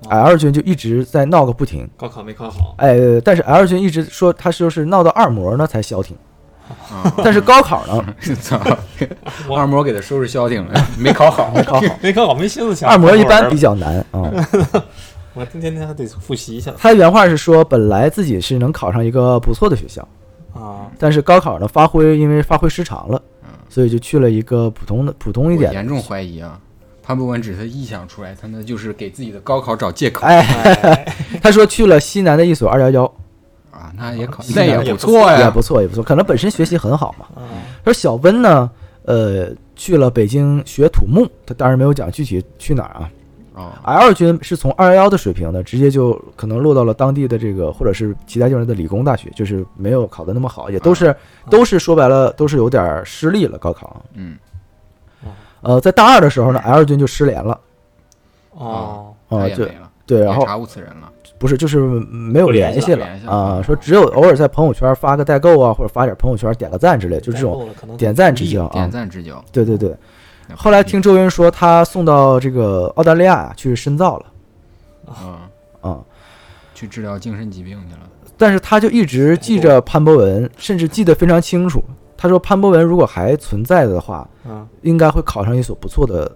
A: l 君就一直在闹个不停。
B: 高考没考好，
A: 哎，呃但是 L 君一直说他是就是闹到二模呢才消停，
C: 啊，
A: 但是高考 呢
C: 操！二模给他收拾消停了，没 考好，
A: 没考好，
B: 没考好没心思想。
A: 哦二模一般
B: 我
A: 比较难啊。
B: 我天天还得复习一下
A: 他原话是说，本来自己是能考上一个不错的学校。
B: 啊。
A: 但是高考呢，发挥因为发挥失常了
C: 嗯，
A: 所以就去了一个普通的普通一
C: 我
A: 点的。
C: 严重怀疑啊，潘博文只是他臆想出来，他那就是给自己的高考找借口
A: 哎，
B: 哎
A: 他说去了西南的一所二幺幺，
C: 啊，那也考
B: 嗯
C: 那也不错
A: 也
C: 呀
A: 不，错也不错，可能本身学习很好嘛。
B: 嗯
A: 而小温呢，呃，去了北京学土木，他当然没有讲具体去哪儿啊。
C: 啊，
A: L 军是从二幺幺的水平呢，直接就可能落到了当地的这个，或者是其他地方的理工大学，就是没有考得那么好，也都是、都是说白了都是有点儿失利了高考。
C: 嗯，
A: 呃，在大二的时候呢，L 军就失联了
B: 哦，
A: 啊、
C: 他也
A: 就
C: 没了，
A: 对，
C: 也
A: 然后
C: 查无此人了，
A: 不是就是没有
B: 不联
A: 联
B: 系
A: 系
C: 了
A: 了
C: 不联系了嗯
A: 啊、说只有偶尔在朋友圈发个代购啊，或者发点朋友圈点个赞之类，就这种
B: 代购了可能
A: 点赞之交啊，
C: 点赞之嗯交。
A: 对对对。后来听周云说，他送到这个澳大利亚啊去深造了
C: 啊，
A: 啊、
C: 去治疗精神疾病去了。
A: 但是他就一直记着潘博文，甚至记得非常清楚。他说潘博文如果还存在的话，
B: 嗯，
A: 应该会考上一所不错的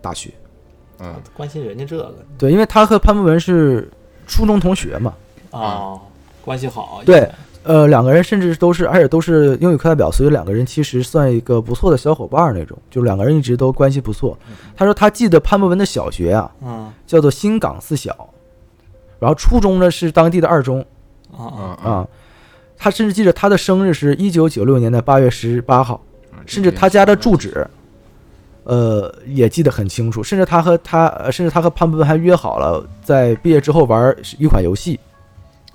A: 大学。
C: 嗯，
B: 关心人家这个
A: 对，因为他和潘博文是初中同学嘛，
B: 哦，关系好，
A: 嗯对，呃，两个人甚至都是，而且都是英语课代表，所以两个人其实算一个不错的小伙伴儿那种，就两个人一直都关系不错。他说他记得潘博文的小学啊，
B: 嗯，
A: 叫做新港四小，然后初中呢是当地的二中
B: 啊
C: 啊
A: 啊。他甚至记得他的生日是一九九六年的八月十八号，
C: 啊
A: 甚至他家的住址，呃，也记得很清楚。甚至他和他，呃甚至他和潘博文还约好了在毕业之后玩一款游戏，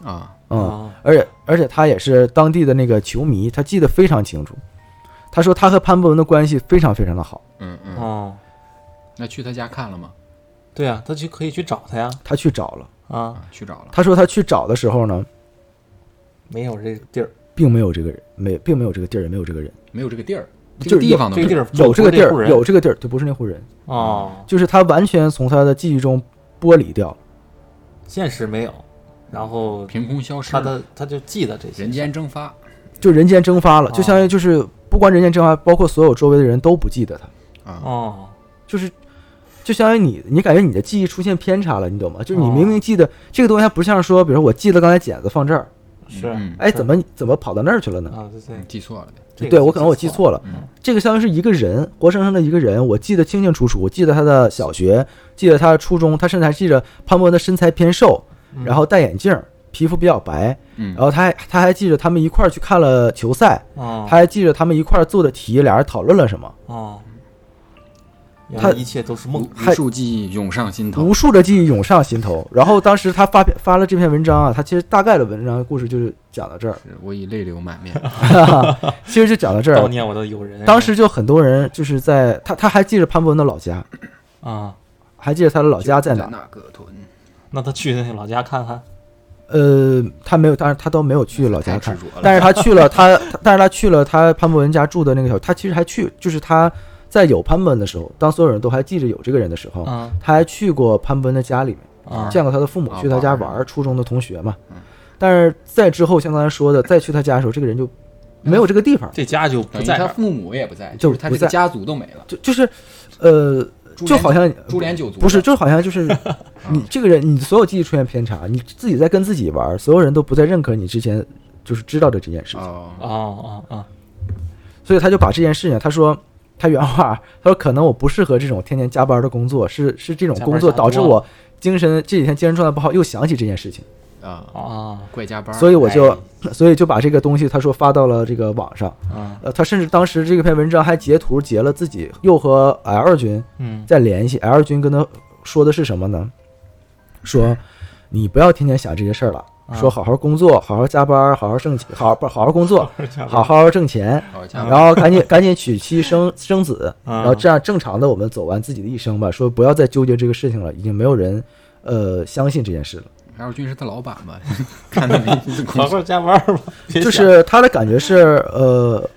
C: 啊，
B: 啊
A: 嗯，而且而且他也是当地的那个球迷，他记得非常清楚。他说他和潘博文的关系非常非常的好，
C: 嗯嗯，
B: 哦，
C: 那去他家看了吗？
B: 对啊，他去可以去找他呀，
A: 他去找了。
B: 啊，
C: 啊，去找了。
A: 他说他去找的时候呢，
B: 没有这地儿，
A: 并没有这个人，没并没有这个地儿，也没有这个人，
C: 没有这个地儿，
A: 就是
C: 这个地方都
B: 这
C: 没
B: 个
C: 有
B: 地儿
A: 有这个地
B: 不
A: 儿，
B: 是那户人
A: 有这个地儿，就不是那户人，
B: 哦，
A: 就是他完全从他的记忆中剥离掉了。
B: 现实没有，然后
C: 凭空消失
B: 他，的他就记得这些事儿，
C: 人间蒸发。
A: 就人间蒸发了，
B: 哦
A: 就相当于就是不光人间蒸发，包括所有周围的人都不记得他，
C: 啊，
B: 哦，
A: 就是就相当于你，你感觉你的记忆出现偏差了，你懂吗？就是你
B: 哦
A: 明明记得、这个东西，还不像说，比如说我记得刚才剪子放这儿，
B: 是，
C: 嗯
A: 哎，怎么怎么跑到那儿去了呢？
B: 啊，对对
C: 嗯，记错了呗。
B: 这个
A: 对我可能我记
B: 错了，
A: 错了，
C: 嗯
A: 这个相当于是一个人，活生生的一个人，我记得清清楚楚，我记得他的小学，记得他的初中，他甚至还记得潘博文的身材偏瘦，
B: 嗯
A: 然后戴眼镜，皮肤比较白，
C: 嗯
A: 然，后他还他还记着他们一块儿去看了球赛，
B: 哦，
A: 他还记着他们一块儿做的题，俩人讨论了什么。
B: 哦，原
A: 他
B: 来一切都是
C: 无
B: 梦，
A: 还
C: 无数记忆涌上心头
A: 无。数的记忆涌上心头，然后当时他发表发了这篇文章啊，他其实大概的文章故事就是讲到这儿，
C: 是我已泪流满面。
A: 其实就讲到这
B: 悼
A: 儿。
B: 念我的友人，
A: 当时就很多人就是在他他还记着潘博文的老家，
B: 啊，
A: 还记得他的老家在哪儿，
C: 那个屯，
B: 那他去那老家看看，
A: 呃，他没有，当然他都没有去老家
C: 太
A: 看
C: 执，着了。
A: 但是他去了他，他但是他去了他潘博文家住的那个小，他其实还去，就是他在有潘博文的时候，当所有人都还记着有这个人的时候，
C: 嗯
B: 啊
A: 他还去过潘博文的家里面，
B: 啊，
A: 见过他的父母
C: 啊
A: 去他家
C: 玩
A: 玩
C: 儿
A: 儿，初中的同学嘛
C: 嗯。
A: 但是再之后，像刚才说的，再去他家的时候，这个人就没有这个地方，
B: 这家就不
C: 等于
B: 在这
C: 他
B: 儿，
C: 父母也不在，
A: 就是
C: 是他
A: 不
C: 这个
A: 在
C: 家族都没了，
A: 就就是，呃，
C: 株
A: 就
C: 连
A: 好像
C: 株连九族了
A: 不是，就好像就是
C: 嗯
A: 你这个人，你所有记忆出现偏差，你自己在跟自己玩儿，所有人都不再认可你之前就是知道的这件事情，
C: 哦，
B: 哦哦哦，
A: 所以他就把这件事情，他说。他原话，他说：“可能我不适合这种天天加班的工作，是是这种
B: 加班
A: 工作
B: 加多
A: 导致
B: 了
A: 我精神这几天精神状态不好，又想起这件事情。”
C: 啊，
B: 啊
C: 怪加班儿，
A: 所以我就
C: 哎，
A: 所以就把这个东西，他说发到了这个网上。
B: 啊，
A: 呃，他甚至当时这篇文章还截图截了自己又和 L 君
B: 嗯
A: 在联系，L 君跟他说的是什么呢？说你不要天天想这些事儿了，
B: 啊
A: 说好好工作，好好加班，好好挣钱，好不好好工作，好好挣钱，
C: 好加班
A: 然后赶紧赶紧娶妻生 生子，
B: 啊
A: 然后这样正常的我们走完自己的一生吧。说不要再纠结这个事情了，已经没有人呃相信这件事了。
C: 儿，二军是他老板吧？ 看他没工
B: 好
C: 作，
B: 好加班儿吧，别
A: 就
B: 想
A: 是他的感觉是，呃，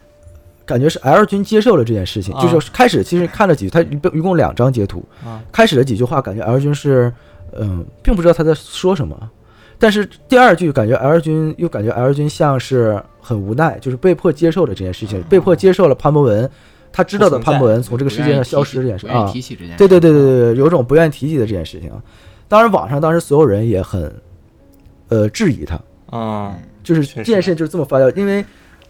A: 感觉是 L 君接受了这件事情，
B: 啊
A: 就是开始其实看了几，他一一共两张截图，
B: 啊
A: 开始的几句话感觉 L 君是，嗯，并不知道他在说什么，但是第二句感觉 L 君又感觉 L 君像是很无奈，就是被迫接受了这件事情，
C: 啊
A: 被迫接受了潘博文，他知道的潘博文从 这个世界上消失这件事
C: 不愿
A: 啊
C: 意，提起这件事，
A: 对对对对对，有种不愿意提及的这件事情啊。当然，网上当时所有人也很，呃，质疑他，
B: 啊
A: 就是
B: 确
A: 这
B: 实
A: 件事情就是这么发酵，因为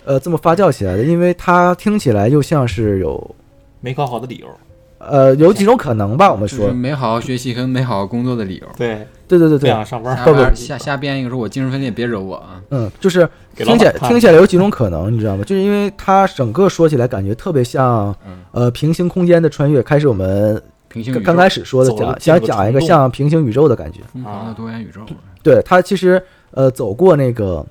A: 呃这么发酵起来的，因为它听起来又像是有
B: 没考好的理由，
A: 呃有几种可能吧，我们
C: 就
A: 说
C: 是，没好好学习跟没好好工作的理由。
B: 对，
A: 对对对啊对，
B: 不想上班
C: 瞎
A: 不不
B: 儿，
C: 编瞎瞎编一个，说我精神分裂，别惹我啊！
A: 嗯，就是
B: 给
A: 听起
B: 老
A: 来
B: 板看
A: 听起来有几种可能，你知道吗？就是因为它整个说起来感觉特别像
C: 嗯
A: 呃平行空间的穿越，开始我们
C: 平行宇
A: 刚
C: 宙
A: 刚开始说的
B: 走了
A: 讲
B: 这个
A: 想讲一个
B: 虫洞
A: 像平行宇宙的感觉。
C: 疯狂的多元宇宙，啊
A: 对他其实呃走过那个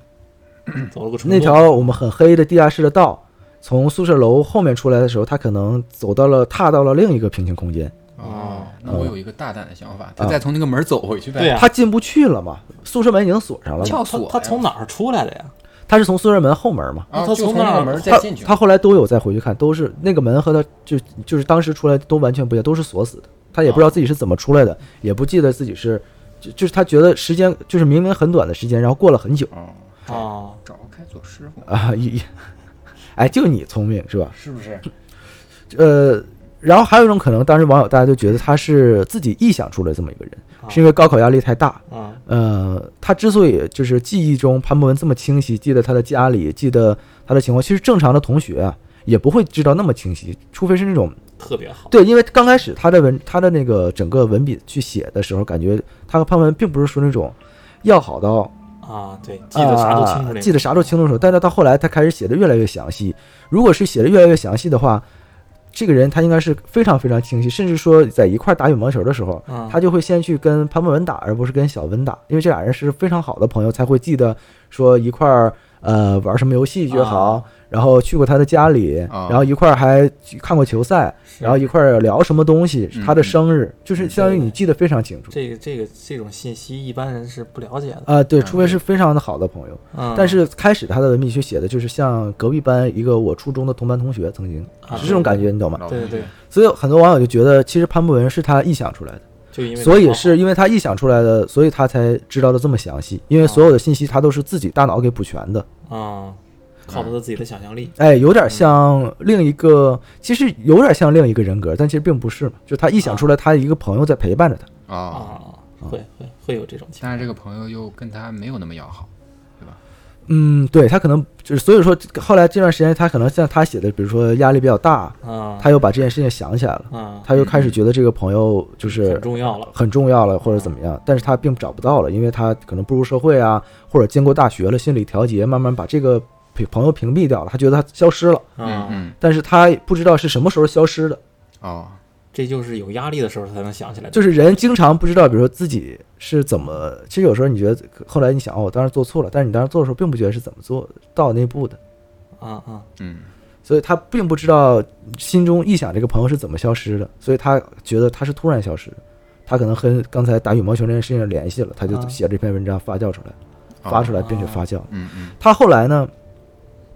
B: 走了个虫
A: 那
B: 洞
A: 条我们很黑的地下室的道，从宿舍楼后面出来的时候，他可能走到了踏到了另一个平行空间，
C: 哦，那我有一个大胆的想法，
A: 啊
C: 他再从那个门走回去呗。
B: 对啊呀
A: 他进不去了嘛，宿舍门已经锁上了嘛，
B: 他
C: 撬锁
B: 他
C: 呀
B: 从哪儿出来的呀？
A: 他是从宿舍门后门嘛。
C: 啊，
B: 他
C: 就
B: 从
C: 从那
B: 那
C: 个
B: 儿
C: 门再
A: 他
C: 进去。
A: 他后来都有再回去看，都是那个门和他就就是当时出来都完全不一样，都是锁死的。他也不知
C: 啊
A: 道自己是怎么出来的，也不记得自己是，就就是他觉得时间就是明明很短的时间，然后过了很久
C: 哦，
B: 啊，
C: 找个开锁师傅
A: 啊，一，哎，就你聪明是吧？
C: 是不是？
A: 呃，然后还有一种可能，当时网友大家就觉得他是自己臆想出来这么一个人，
B: 啊
A: 是因为高考压力太大。
B: 嗯
A: 呃，他之所以就是记忆中潘博文这么清晰，记得他的家里，记得他的情况，其实正常的同学啊也不会知道那么清晰，除非是那种
B: 特别好。
A: 对，因为刚开始他的文他的那个整个文笔去写的时候，感觉他和潘文并不是说那种要好到
B: 啊，对，记得啥都清楚那
A: 啊
B: 个，
A: 记得啥都清楚。但是到后来，他开始写的越来越详细。如果是写的越来越详细的话，这个人他应该是非常非常清晰，甚至说在一块儿打羽毛球的时候，
B: 嗯
A: 他就会先去跟潘博文打，而不是跟小温打，因为这俩人是非常好的朋友，才会记得说一块儿呃玩什么游戏也好，
B: 啊
A: 然后去过他的家里，
C: 啊
A: 然后一块儿还去看过球赛，
B: 是
A: 然后一块儿聊什么东西，
C: 嗯
A: 他的生日，就是相当于
B: 对
A: 你记得非常清楚。
B: 这个这个这种信息一般人是不了解的。
A: 啊、对，
C: 嗯
A: 除非是非常的好的朋友，
B: 嗯，
A: 但是开始他的文笔却写的就是像隔壁班一个我初中的同班同学，曾经
B: 啊
A: 是这种感觉，你懂吗？
C: 老
B: 对对
C: 同学
B: 对，
A: 所以很多网友就觉得，其实潘博文是他臆想出来的，
B: 就因为
A: 所以
B: 他
A: 是因为他臆想出来的，所以他才知道的这么详细。因为所有的信息他都是自己大脑给补全的，
B: 啊，靠他的自己的想象力。
A: 哎，有点像另一个，其实有点像另一个人格，但其实并不是嘛，就他臆想出来他一个朋友在陪伴着他。
C: 啊，
B: 啊，会会会有这种情
C: 但是这个朋友又跟他没有那么要好，对吧？
A: 嗯，对他可能就是，所以说后来这段时间他可能像他写的，比如说压力比较大，
B: 况啊，
A: 他又把这件事情想起来了。
B: 啊
A: 他又开始觉得这个朋友就是
B: 很重要啊了。啊
A: 很重要了，或者怎么样，但是他并找不到了，因为他可能步入社会啊，或者经过大学了，心理调节，慢慢把这个朋朋友屏蔽掉了，他觉得他消失了，
C: 嗯
B: 啊，
C: 嗯，
A: 但是他不知道是什么时候消失的，
C: 哦，
B: 这就是有压力的时候他才能想起来的。
A: 就是人经常不知道，比如说自己是怎么，其实有时候你觉得后来你想哦，我当时做错了，但是你当时做的时候并不觉得是怎么做到那步的，
B: 啊啊，
C: 嗯，
A: 所以他并不知道心中臆想这个朋友是怎么消失的，所以他觉得他是突然消失的，他可能和刚才打羽毛球那件事情联系了，他就
B: 啊
A: 写这篇文章发酵出来，
C: 哦
A: 发出来并且发酵。
C: 嗯嗯
A: 他后来呢，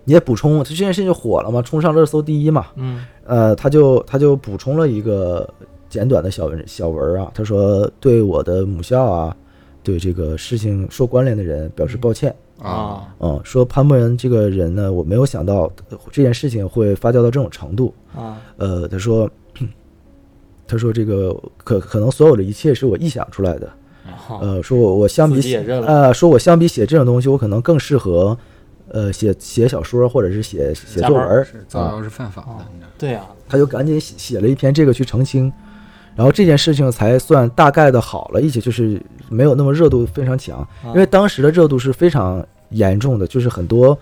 A: 也补充，他这件事情就火了嘛，冲上热搜第一嘛，
B: 嗯
A: 呃，他就他就补充了一个简短的小文小文儿啊，他说对我的母校啊，对这个事情说关联的人表示抱歉。
C: 啊，
A: 嗯，说潘博文这个人呢，我没有想到呃这件事情会发酵到这种程度。
B: 啊
A: 呃，他说，他说这个可可能所有的一切是我臆想出来的。
B: 啊，
A: 呃，说我我相比
B: 自己也认了
A: 呃，说我相比写这种东西，我可能更适合，呃，写写小说或者是写写
B: 加
A: 作文
B: 班儿
A: 儿
C: 是造
A: 啊。
C: 谣是犯法的，你知道
B: 对啊，
A: 他就赶紧写写了一篇这个去澄清，然后这件事情才算大概的好了一些，就是没有那么热度非常强，
B: 啊
A: 因为当时的热度是非常严重的，就是很多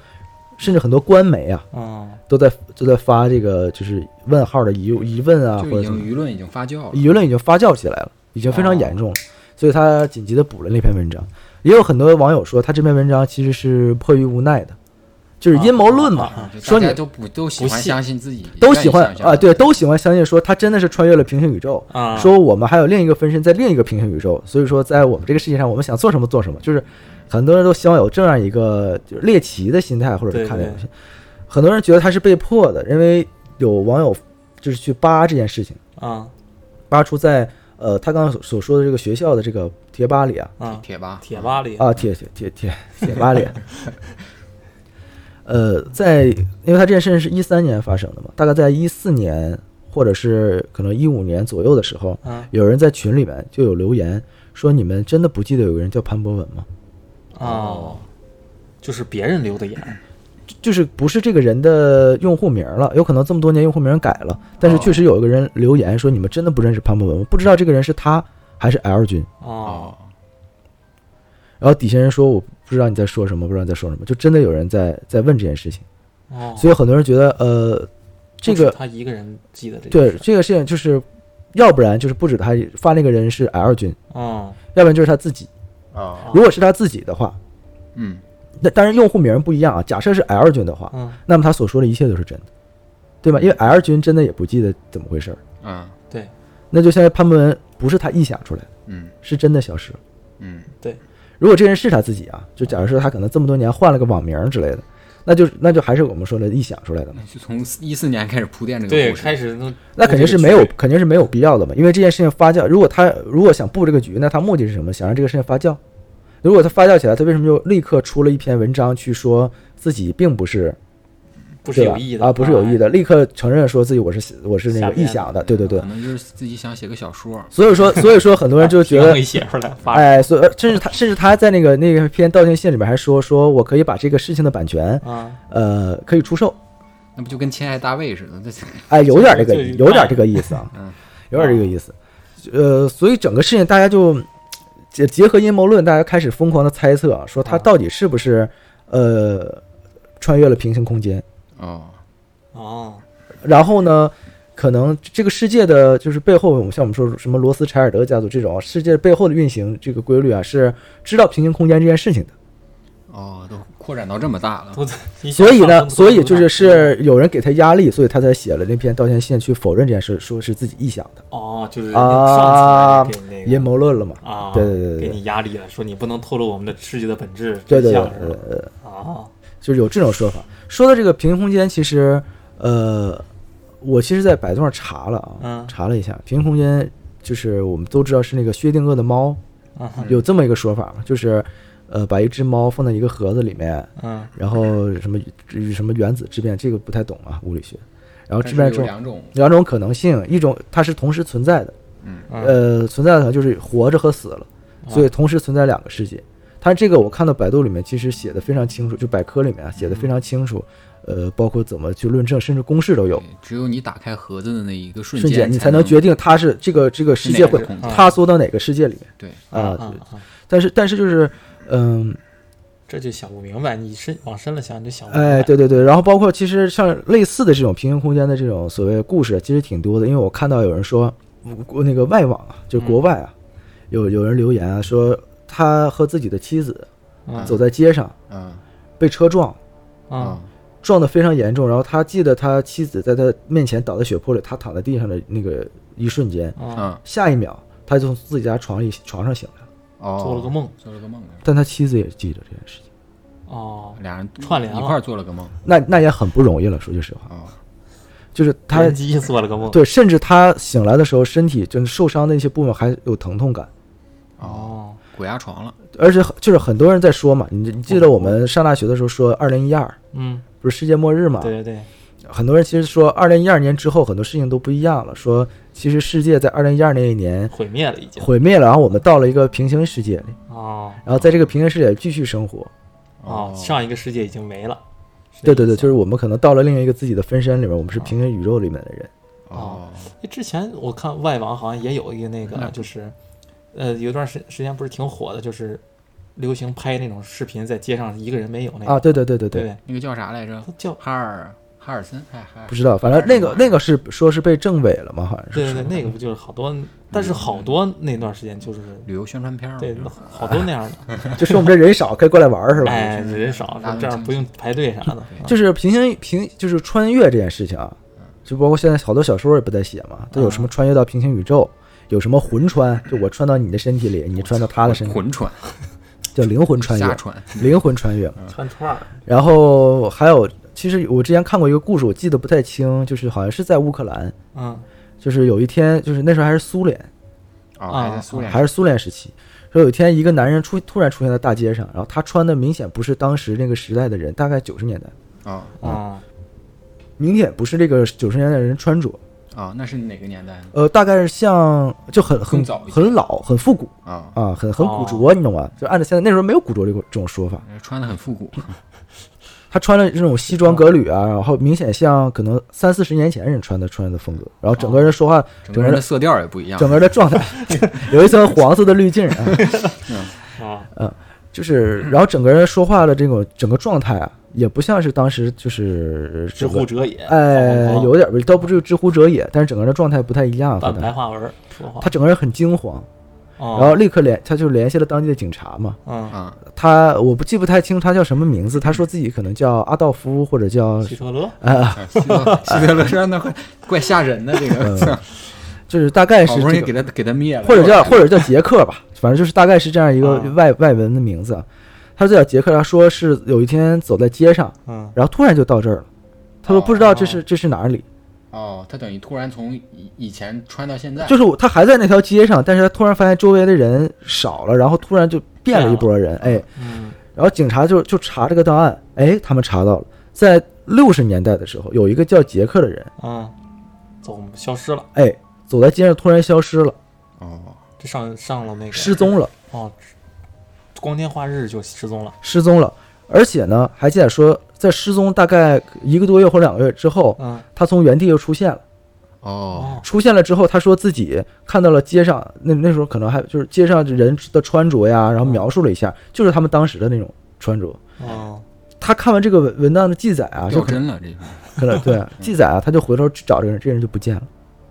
A: 甚至很多官媒啊
B: 嗯
A: 都在都在发这个就是问号的疑疑问啊，
C: 就
A: 或者怎
C: 已经
A: 么
C: 舆论已经发酵了。哦
A: 舆论已经发酵起来了，已经非常严重了，所以他紧急的补了那篇文章。也有很多网友说，他这篇文章其实是迫于无奈的，就是阴谋论嘛，
C: 啊就
A: 说
C: 大
A: 你
C: 家都不都喜
B: 不
C: 欢
B: 信
C: 相信自己，
A: 都喜欢
C: 愿意相信
A: 啊，对，都喜欢相信说他真的是穿越了平行宇宙，
B: 啊，
A: 说我们还有另一个分身在另一个平行宇宙，所以说在我们这个世界上，我们想做什么做什么，就是很多人都希望有这样一个就是猎奇的心态或者是看待
B: 对对
A: 东西。很多人觉得他是被迫的，因为有网友就是去扒这件事情，
B: 啊
A: 扒出在呃他刚刚所所说的这个学校的这个贴吧里啊
B: 啊，
C: 铁吧，
B: 铁巴里
A: 啊贴贴贴贴贴吧里啊，呃，在因为他这件事情是一三年发生的嘛，大概在一四年或者是可能一五年左右的时候，
B: 啊
A: 有人在群里面就有留言说：“你们真的不记得有个人叫潘博文吗？
B: 哦，就是别人留的言
A: 就就是不是这个人的用户名了，有可能这么多年用户名改了，但是确实有一个人留言说：你们真的不认识潘博文吗？不知道这个人是他还是 L 君。
B: 哦，
C: 哦，
A: 然后底下人说：我不知道你在说什么，不知道你在说什么。就真的有人在在问这件事情，
B: 哦，
A: 所以很多人觉得，呃，这
B: 不止
A: 个
B: 他一个人记得这个
A: 对
B: 事
A: 这个事情就是要不然就是不止他发那个人是 L 君，
B: 嗯，
A: 要不然就是他自己。
B: 哦
D: 啊，
A: 如果是他自己的话，
C: 嗯，
A: 那当然用户名不一样啊。假设是 L 君的话，
B: 嗯，
A: 那么他所说的一切都是真的，对吧？因为 L 君真的也不记得怎么回事儿，
C: 啊，
B: 对，
A: 那就现在潘博文不是他臆想出来的，
C: 嗯
A: 是真的消失了。
C: 嗯
A: 如果这人是他自己啊，就假如说他可能这么多年换了个网名之类的，那就那就还是我们说的臆想出来的嘛。
C: 那就从一四年开始铺垫这个
B: 对，
C: 故事，
B: 开始弄
A: 那肯定是没有，肯定是没有必要的嘛。因为这件事情发酵，如果他如果想布这个局，那他目的是什么？想让这个事情发酵。如果他发酵起来，他为什么就立刻出了一篇文章去说自己并不是
B: 不是
A: 对吧
B: 有意的
A: 啊，不是有意，的，立刻承认说自己我是我是那
B: 瞎
A: 个臆
B: 编的嗯
A: 想的，对对对
C: 可。能就是自己想写个小说，
A: 所以说，所以说很多人就 觉得
B: 没啊写出来，发
A: 哎，所以呃甚至他甚至他在那个那个篇道歉信里面还说，说我可以把这个事情的版权，
B: 啊，
A: 呃，可以出售，
C: 那不就跟亲爱大卫似的？那
A: 哎，有点这个
B: 就
A: 意
B: 就
A: 有点这个意思啊
C: 嗯，
A: 有点这个意思，呃，所以整个事情大家就结结合阴谋论，大家开始疯狂的猜测，说他
B: 啊
A: 到底是不是呃穿越了平行空间，
C: 哦，
B: 哦，
A: 然后呢？可能这个世界的，就是背后，像我们说什么罗斯柴尔德家族这种啊世界背后的运行这个规律啊，是知道平行空间这件事情的。
C: 哦，都扩展到这么大了，
B: 都在一下
A: 啊所以
B: 上升
A: 呢，
B: 不
A: 所以
B: 上
A: 就是
B: 来
A: 是有人给他压力，所以他才写了那篇道歉信去否认这件事，说是自己臆想的
B: 哦，就是
A: 啊
B: 上次来给你那
A: 阴
B: 个
A: 谋论了嘛。
B: 啊，
A: 对对对对
B: 给你压力了，说你不能透露我们的视觉的本质，
A: 对对对，
B: 真相
A: 呃
B: 是吧，
A: 呃
B: 啊，
A: 就是有这种说法。说到这个平行空间，其实呃，我其实在百度上查了啊
B: 嗯，
A: 查了一下，平行空间就是我们都知道是那个薛定谔的猫，
B: 嗯哼
A: 有这么一个说法嘛，就是呃，把一只猫放在一个盒子里面，
B: 嗯，
A: 然后什么什么原子质变，这个不太懂啊，物理学。然后
C: 但
A: 质
C: 是
A: 变
C: 有
A: 中
C: 两种，
A: 两种可能性，一种它是同时存在的，
C: 嗯
B: 嗯
A: 呃，存在的可能就是活着和死了，所以同时存在两个世界。它这个我看到百度里面其实写的非常清楚，就百科里面啊写的非常清楚，呃，包括怎么去论证，甚至公式都有
C: 对。只有你打开盒子的那一个嗯瞬
A: 瞬间你
C: 才
A: 才能决定它是这个这个世界会
C: 是哪个空间
A: 塌缩到哪个世界里面
C: 对，
A: 啊。
B: 啊
A: 对
B: 啊，
A: 但是但是就是嗯，
B: 这就想不明白，你深往深了想，你就想不明白
A: 哎，对对对，然后包括其实像类似的这种平行空间的这种所谓故事，其实挺多的。因为我看到有人说，嗯国那个外网啊，就国外啊，有有人留言啊，说他和自己的妻子
B: 嗯
A: 走在街上
C: 嗯
A: 被车撞，啊
B: 嗯，
A: 撞得非常严重。然后他记得他妻子在他面前倒在血泊里，他躺在地上的那个一瞬间，
B: 嗯，
C: 嗯
A: 下一秒他就从自己家床里床上醒来了，
C: 哦，
B: 做了个梦
C: 做了个梦，啊
A: 但他妻子也记得这件事情，
B: 哦，
C: 俩
A: 嗯
C: 人
B: 串联了
C: 一块儿做了个梦，
A: 那那也很不容易了。说句实话，
C: 哦，
A: 就是他
B: 人机做了个梦，
A: 对，甚至他醒来的时候，身体就是受伤的一些部分还有疼痛感，
B: 哦，
C: 鬼压床了，
A: 而且很就是很多人在说嘛，你你记得我们上大学的时候说二零一二
B: 嗯，
A: 不是世界末日嘛？
B: 对对对，
A: 很多人其实说二零一二年之后很多事情都不一样了，说其实世界在二零一二那一年
B: 毁灭了已经，
A: 毁灭了，然后我们到了一个平行世界里，
B: 哦
A: 然后在这个平行世界里继续生活。
B: 哦，上一个世界已经没了，是啊这
A: 对对对，
B: 意思
A: 就是我们可能到了另一个自己的分身里面，我们是平行宇宙里面的人。
C: 哦，
B: 哎，之前我看外网好像也有一个那个，
C: 嗯
B: 就是，呃，有段时时间不是挺火的，就是流行拍那种视频，在街上一个人没有那个，
A: 啊，对对对对
B: 对
A: 对，
C: 那个叫啥来着？
B: 他叫
C: 哈尔哈尔森，哎哈尔
A: 不知道，反正那个那个是说是被政委了嘛，好像是
B: 对对对，那个不就是嗯好多，但是好多那段时间就是，
C: 旅游宣传片儿，
B: 对，那好多那样的，
A: 就是我们这人少，可以过来玩儿是吧？
B: 哎，人少，
C: 拉拢
B: 这样
C: 经
B: 不用排队啥的，
C: 啊
A: 就是平行平就是穿越这件事情啊，就包括现在好多小说也不在写
C: 啊
A: 嘛，都有什么穿越到平行宇宙，有什么魂穿，就我穿到你的身体里，你穿到他的身体，
C: 魂穿
A: 叫灵魂穿
C: 瞎
A: 越，
C: 穿，
A: 灵魂穿
C: 嗯
A: 越嘛。
B: 串串儿，
A: 然后还有，其实我之前看过一个故事，我记得不太清，就是好像是在乌克兰，
B: 嗯
A: 就是有一天，就是那时候还是苏联，
C: 哦，
B: 啊
C: 还在苏联
A: 还是苏联时期。说有一天，一个男人出突然出现在大街上，然后他穿的明显不是当时那个时代的人，大概九十年代，
C: 啊
B: 啊
A: 明显不是这个九十年代的人穿着，
C: 啊，那是哪个年代呢？
A: 呃，大概是像就很很
C: 更早一些
A: 很老、很复古
C: 啊，
A: 啊，很很古
B: 哦
A: 着，你懂吗？就按照现在那时候没有古着这个这种说法，
C: 穿的很复 古，
A: 他穿了这种西装革
C: 哦
A: 履啊，然后明显像可能三四十年前人穿的穿的风格，然后整个人说话，
C: 整
A: 个
C: 个
A: 人
C: 人
A: 的
C: 的色调也不一哦样，
A: 整个人的状 态有一层黄色的滤镜啊，
B: 啊
A: 就是然后整个人说话的这种整个状态啊，也不像是当时就是
B: 知乎者也，
A: 哎
B: 黄黄，
A: 有点儿倒不至于知乎者也，但是整个人的状态不太一样。可
B: 半
A: 能
B: 啊白话文说话哦
A: 他，整个人很惊慌，
C: 哦
A: 然
B: 然
A: 后立刻联，他就联系了当地的警察嘛。
B: 嗯，
C: 啊，
A: 他我不记不太清他叫什么名字，他说自己可能叫阿道夫或者 叫
B: 希特勒，
A: 呃，
C: 啊希特希特勒说那怪怪吓人的 这个，
A: 就是大概
C: 好
A: 是
C: 不容易
A: 这
C: 给
A: 个，
C: 他给他灭了，
A: 嗯或者叫或者叫杰克吧，反正就是大概是这样一个
B: 啊
A: 外外文的名字。他叫杰克，他说是有一天走在街上，
B: 嗯，
A: 然后突然就到这儿了。他说不知道这是这是哪里，
C: 哦，他等于突然从以以前穿到现在，
A: 就是我他还在那条街上，但是他突然发现周围的人少了，然后突然就变了一波人，哎，
B: 嗯，
A: 然后警察就就查这个档案，哎，他们查到了，在六十年代的时候，有一个叫杰克的人，
B: 嗯，走，消失了，
A: 哎，走在街上突然消失了，
C: 哦，
B: 这上上了那个
A: 失踪了，
B: 哦，光天化日就失踪了，
A: 失踪了，而且呢，还记得说，在失踪大概一个多月或两个月之后，
B: 嗯，
A: 他从原地又出现了。
C: 哦，
B: 哦，
A: 出现了之后，他说自己看到了街上那那时候可能还就是街上人的穿着呀，然后描述了一下，就是他们当时的那种穿着。
B: 哦，
A: 他看完这个文文档的记载啊，就
C: 掉
A: 可能
C: 帧了这个，
A: 可 能对
B: 嗯
A: 记载啊，他就回头去找这个人，这个人就不见了，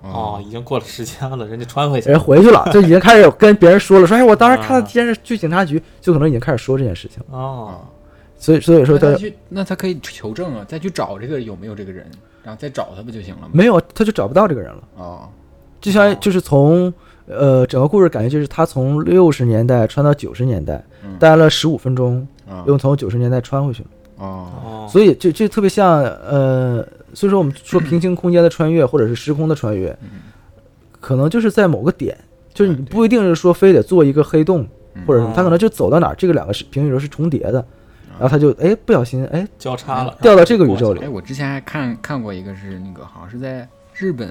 B: 哦，，已经过了时间了，人家穿回去
A: 人
B: 了，
A: 回去 了，就已经开始有跟别人说了，说哎，我当时
B: 啊
A: 看到电视去警察局，就可能已经开始说这件事情了。
B: 哦，
C: 哦，
A: 所以所以说
C: 那
A: 他
C: 他去，那他可以求证啊，再去找这个有没有这个人，然后再找他不就行了吗？
A: 没有，他就找不到这个人了。
C: 哦，
A: 就相当于就是从呃整个故事感觉就是他从六十年代穿到九十年代
C: 嗯，
A: 待了十五分钟，
C: 啊，
A: 又从九十年代穿回去了。
C: 哦，
B: 哦，
A: 所以这这特别像呃，所以说我们说平行空间的穿越或者是时空的穿越，
C: 嗯
A: 可能就是在某个点，就是你
C: 嗯对
A: 不一定是说非得做一个黑洞
C: 嗯
A: 或者什么，他
B: 哦
A: 可能就走到哪儿，这个两个是平行宇宙是重叠的，
C: 嗯
A: 然后他就哎不小心哎
B: 交叉
C: 啊
B: 了，
A: 掉到这个宇宙里
C: 哎，我之前还看看过一个是那个，好像是在日本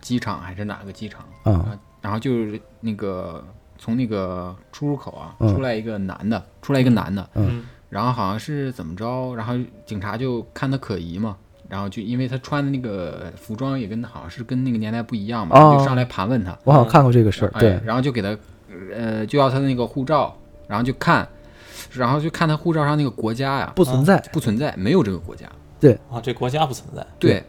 C: 机场还是哪个机场，
A: 啊
C: 然后就是那个从那个出入口啊
A: 嗯
C: 出来一个男的，出来一个男的，
B: 嗯，
C: 然后好像是怎么着，然后警察就看他可疑嘛，然后就因为他穿的那个服装也跟好像是跟那个年代不一样嘛，
A: 哦
C: 就上来盘问他，
A: 我好像看过这个事儿，对
C: 哎，，然后就给他，呃，就要他的那个护照，然后就看，然后就看他护照上那个国家呀，
A: 不存在，
C: 不存在，没有这个国家，
B: 啊，这国家不存在，
C: 对，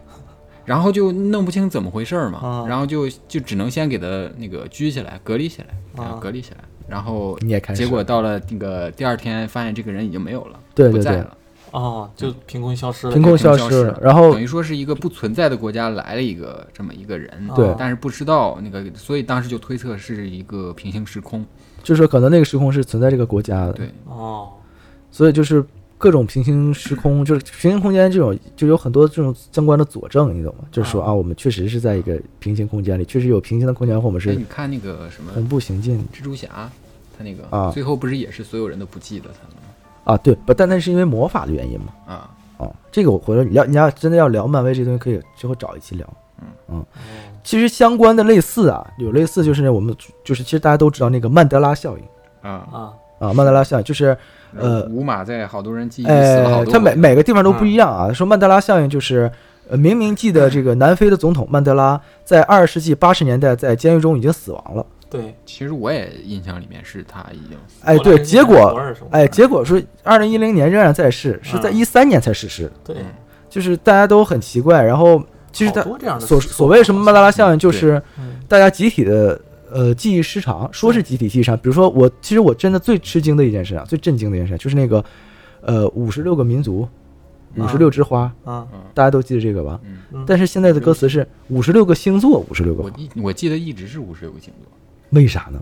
C: 然后就弄不清怎么回事儿嘛
B: 啊，
C: 然后就就只能先给他那个拘起来，隔离起来，然后
B: 啊
C: 隔离起来，然后
A: 你也开始
C: 结果到了那个第二天，发现这个人已经没有了，
A: 对
C: 不
A: 对
C: 在
A: 对
C: 了。
B: 哦，就凭空消失了，
A: 凭空消
C: 消失
A: 失
C: 了，
A: 然后
C: 等于说是一个不存在的国家来了一个这么一个
B: 啊
C: 人，
A: 对
C: 但是不知道那个，所以当时就推测是一个平行时空，
A: 就是说可能那个时空是存在这个国家的，
C: 对，
B: 哦，
A: 所以就是各种平行时空，就是平行空间这种，就有很多这种相关的佐证，你懂吗？就是说
B: 啊
A: 啊，我们确实是在一个平行空间里，确实有平行的空间，或我们
C: 所以
A: 是
C: 哎你看那个什么
A: 同步行进
C: 蜘蛛侠，他那个、
A: 啊
C: 最后不是也是所有人都不记得他了吗？
A: 啊。对，不，但那是因为魔法的原因嘛。
C: 啊，
A: 啊，这个我回头你要你要真的要聊漫威这东西，可以之后找一期聊。嗯
B: 哦
A: 其实相关的类似啊，有类似就是我们就是其实大家都知道那个曼德拉效应
C: 啊，
B: 啊，
A: 啊，曼德拉效应就是呃
C: 五马在好多人记忆里死了好
A: 呃，
C: 多
A: 它
C: 回，
A: 每每个地方都不一样
B: 嗯
A: 啊。说曼德拉效应就是，呃，明明记得这个南非的总统曼德拉在二十世纪八十年代在监狱中已经死亡了，
B: 对，
C: 其实我也印象里面是他已经死
A: 哎，
B: 后来
A: 对，
B: 人家
A: 结
B: 活
A: 果，
B: 着什么的
A: 哎，结果说二零一零年仍然在世，是在
B: 嗯
A: 一三年才实施，
B: 对，
A: 就是大家都很奇怪。然后其实
B: 好
A: 他
B: 多这样的
A: 所
B: 说法
A: 所谓什么曼德拉效应，就是
B: 嗯
A: 大家集体的。呃，记忆失常，说是集体记忆失常。比如说我，其实我真的最吃惊的一件事啊，最震惊的一件事，就是那个，呃，五十六个民族，五十六枝花，
B: 啊，
A: 大家都记得这个吧？
C: 嗯
B: 嗯
A: 但是现在的歌词是五十六个星座，五十六个
C: 我
A: 花，
C: 一我记得一直是五十六个星座，
A: 为啥呢？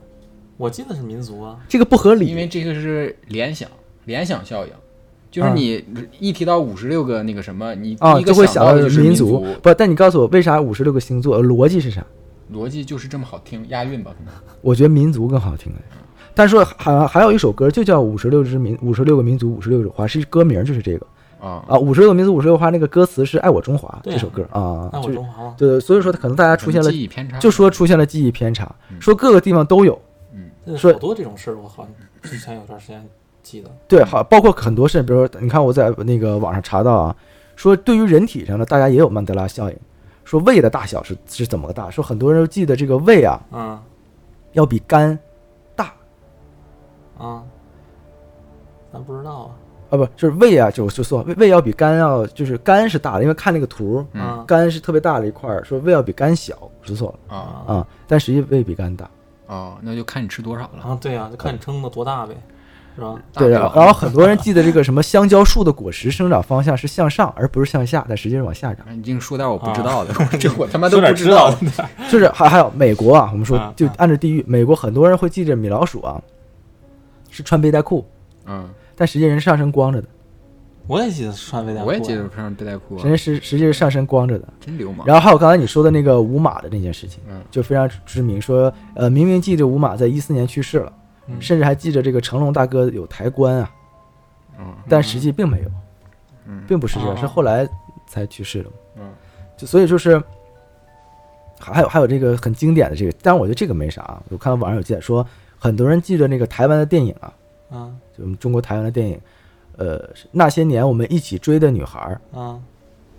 B: 我记得是民族啊，
A: 这个不合
C: 因
A: 理。
C: 为这个是联想联想效应，就是
A: 啊
C: 你一提到五十六个那个什么，你
A: 啊，
C: 第一个
A: 就会
C: 想
A: 到
C: 的就是
A: 民
C: 族，
A: 不，但你告诉我为啥五十六个星座？呃逻辑是啥？
C: 逻辑就是这么好听，押韵吧？可能
A: 我觉得民族更好听哎。但是还还有一首歌就叫《五十六只民五十六个民族五十六种花》，是歌名就是这个
C: 啊，
A: 啊，《五十六个民族五十六花》那个歌词是“爱我中华”
B: 对啊
A: 这首歌啊，
B: 那我
A: 就是
B: 中华吗？
A: 对，所以说可能大家出现
C: 可
A: 了
C: 能，记忆偏差，
A: 就说出现了记忆偏差，
C: 嗯
A: 说各个地方都有，
B: 这
A: 说
B: 好多这种事儿，我好像之前有段时间记得，
A: 对，好，包括很多事，比如说，你看我在那个网上查到啊，说对于人体上的，大家也有曼德拉效应，说胃的大小是是怎么个大？说很多人都记得这个胃啊，
B: 嗯
A: 要比肝大，
B: 啊，咱不知道啊，
A: 啊，不就是胃啊，就就说胃胃要比肝要就是肝是大的，因为看那个图，
C: 嗯
B: 啊
A: 肝是特别大的一块儿，说胃要比肝小，说错了
C: 啊
A: 啊、但实际胃比肝大。
C: 哦，那就看你吃多少了。
B: 啊，对啊，就看你撑的多大呗，是吧？
A: 对，啊
C: 大
A: 然后
C: 小
A: 然后很多人记得这个什么香蕉树的果实生长方向是向上，而不是向下，但实际是往下长。
C: 你净说点我不知道的，
A: 啊
C: 这我他妈都
B: 说
C: 不
B: 点
C: 知
B: 知
C: 道
B: 道
C: 的。
B: 的，
A: 就是还还有美国啊，我们说
B: 啊
A: 就
B: 啊
A: 按照地域，美国很多人会记着米老鼠啊是穿背带裤，
C: 嗯，
A: 但实际人上身光着的，
B: 我也记得穿背带裤啊，
C: 我也接着穿背带裤啊
A: 人，家实实际是上身光着的。
C: 真流氓。
A: 然后还有刚才你说的那个五马的那件事情，
C: 嗯
A: 就非常知名，说呃明明记着五马在一四年去世了，
B: 嗯
A: 甚至还记着这个成龙大哥有抬棺啊，
C: 嗯
A: 但实际并没有，
C: 嗯
A: 并不是这样，
B: 哦
A: 是后来才去世的嘛。
C: 嗯
A: 就所以就是还还有还有这个很经典的这个，但是我觉得这个没啥啊，我看到网上有记载说，很多人记着那个台湾的电影啊，
B: 啊
A: 就我们中国台湾的电影，呃，是那些年我们一起追的女孩儿，
B: 啊，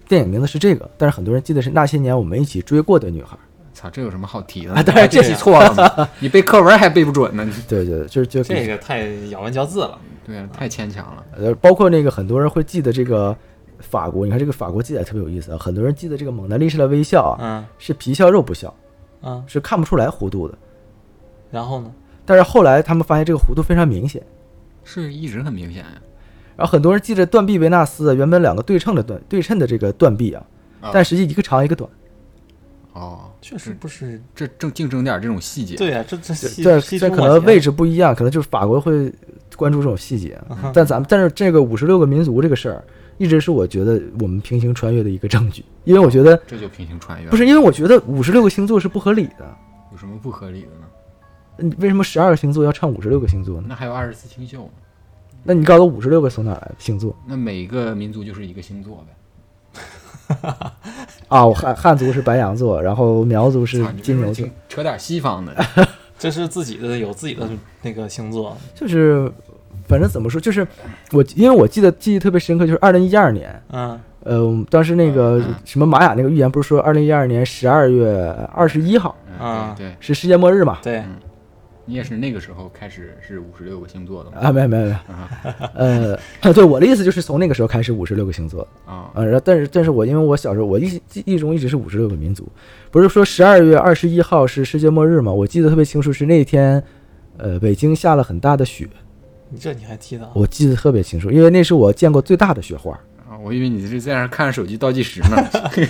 A: 电影名字是这个，但是很多人记得是那些年我们一起追过的女孩儿。
C: 操，这有什么好提的
A: 啊，
C: 呢？
A: 当然这
B: 这
A: 是
B: 样
A: 错了嘛，
C: 你背课文还背不准呢，你
A: 对对，对就是就
B: 这个太咬文嚼字了，
C: 对啊，太牵强了。
A: 呃，包括那个很多人会记得这个法国，你看这个法国记载特别有意思啊，很多人记得这个蒙娜丽莎的微笑啊，
B: 嗯
A: 是皮笑肉不笑，
B: 嗯，
A: 是看不出来弧度的。
B: 然后呢？
A: 但是后来他们发现这个弧度非常明显，
C: 是一直很明显呀、
A: 然后很多人记着断臂维纳斯啊，原本两个对称的断对称的这个断臂啊
C: 啊，
A: 但实际一个长一个短，
C: 哦，
B: 确实不是，
C: 这正净整点这种细节。
B: 对啊，这这西
A: 这
B: 西
A: 这
B: 出
A: 可
B: 我
A: 能
B: 鞋
A: 位置不一样，可能就是法国会关注这种细节啊，
C: 嗯
B: 啊哈
A: 但咱们但是这个五十六个民族这个事儿，一直是我觉得我们平行穿越的一个证据，因为我觉得
C: 这就平行穿越了
A: 不是因为我觉得五十六个星座是不合理的，
C: 有什么不合理的呢？
A: 你为什么十二个星座要唱五十六个星座呢？
C: 那还有二十四星宿呢，
A: 那你告诉我五十六个从哪儿来的星座
C: 那每个民族就是一个星座呗。
A: 啊？我汉汉族是白羊座，然后苗族是
C: 操你这
A: 金
C: 不
A: 牛
C: 是
A: 座
C: 净，扯点西 方的。
B: 这是自己的有自己的那个星座，
A: 就是反正怎么说，就是我因为我记得记忆特别深刻，就是二零一二年，
B: 嗯
A: 呃，我们当时那
C: 嗯
A: 个什么玛雅那个预言不是说二零一二年十二月二十一号
C: 嗯
B: 啊
C: 对对，
A: 是世界末日嘛？
B: 对，
C: 你也是那个时候开始是五十六个星座的吗？
A: 啊，没有没有没有，呃， 对我的意思就是从那个时候开始五十六个星座，
C: 啊，
A: 呃，然后但是但是我因为我小时候我一记忆中一直是五十六个民族，不是说十二月二十一号是世界末日嘛？我记得特别清楚，是那天，呃，北京下了很大的雪，
B: 你这你还记得啊？
A: 我记得特别清楚，因为那是我见过最大的雪 花。
C: 啊我以为你是在那儿看着手机倒计时 呢。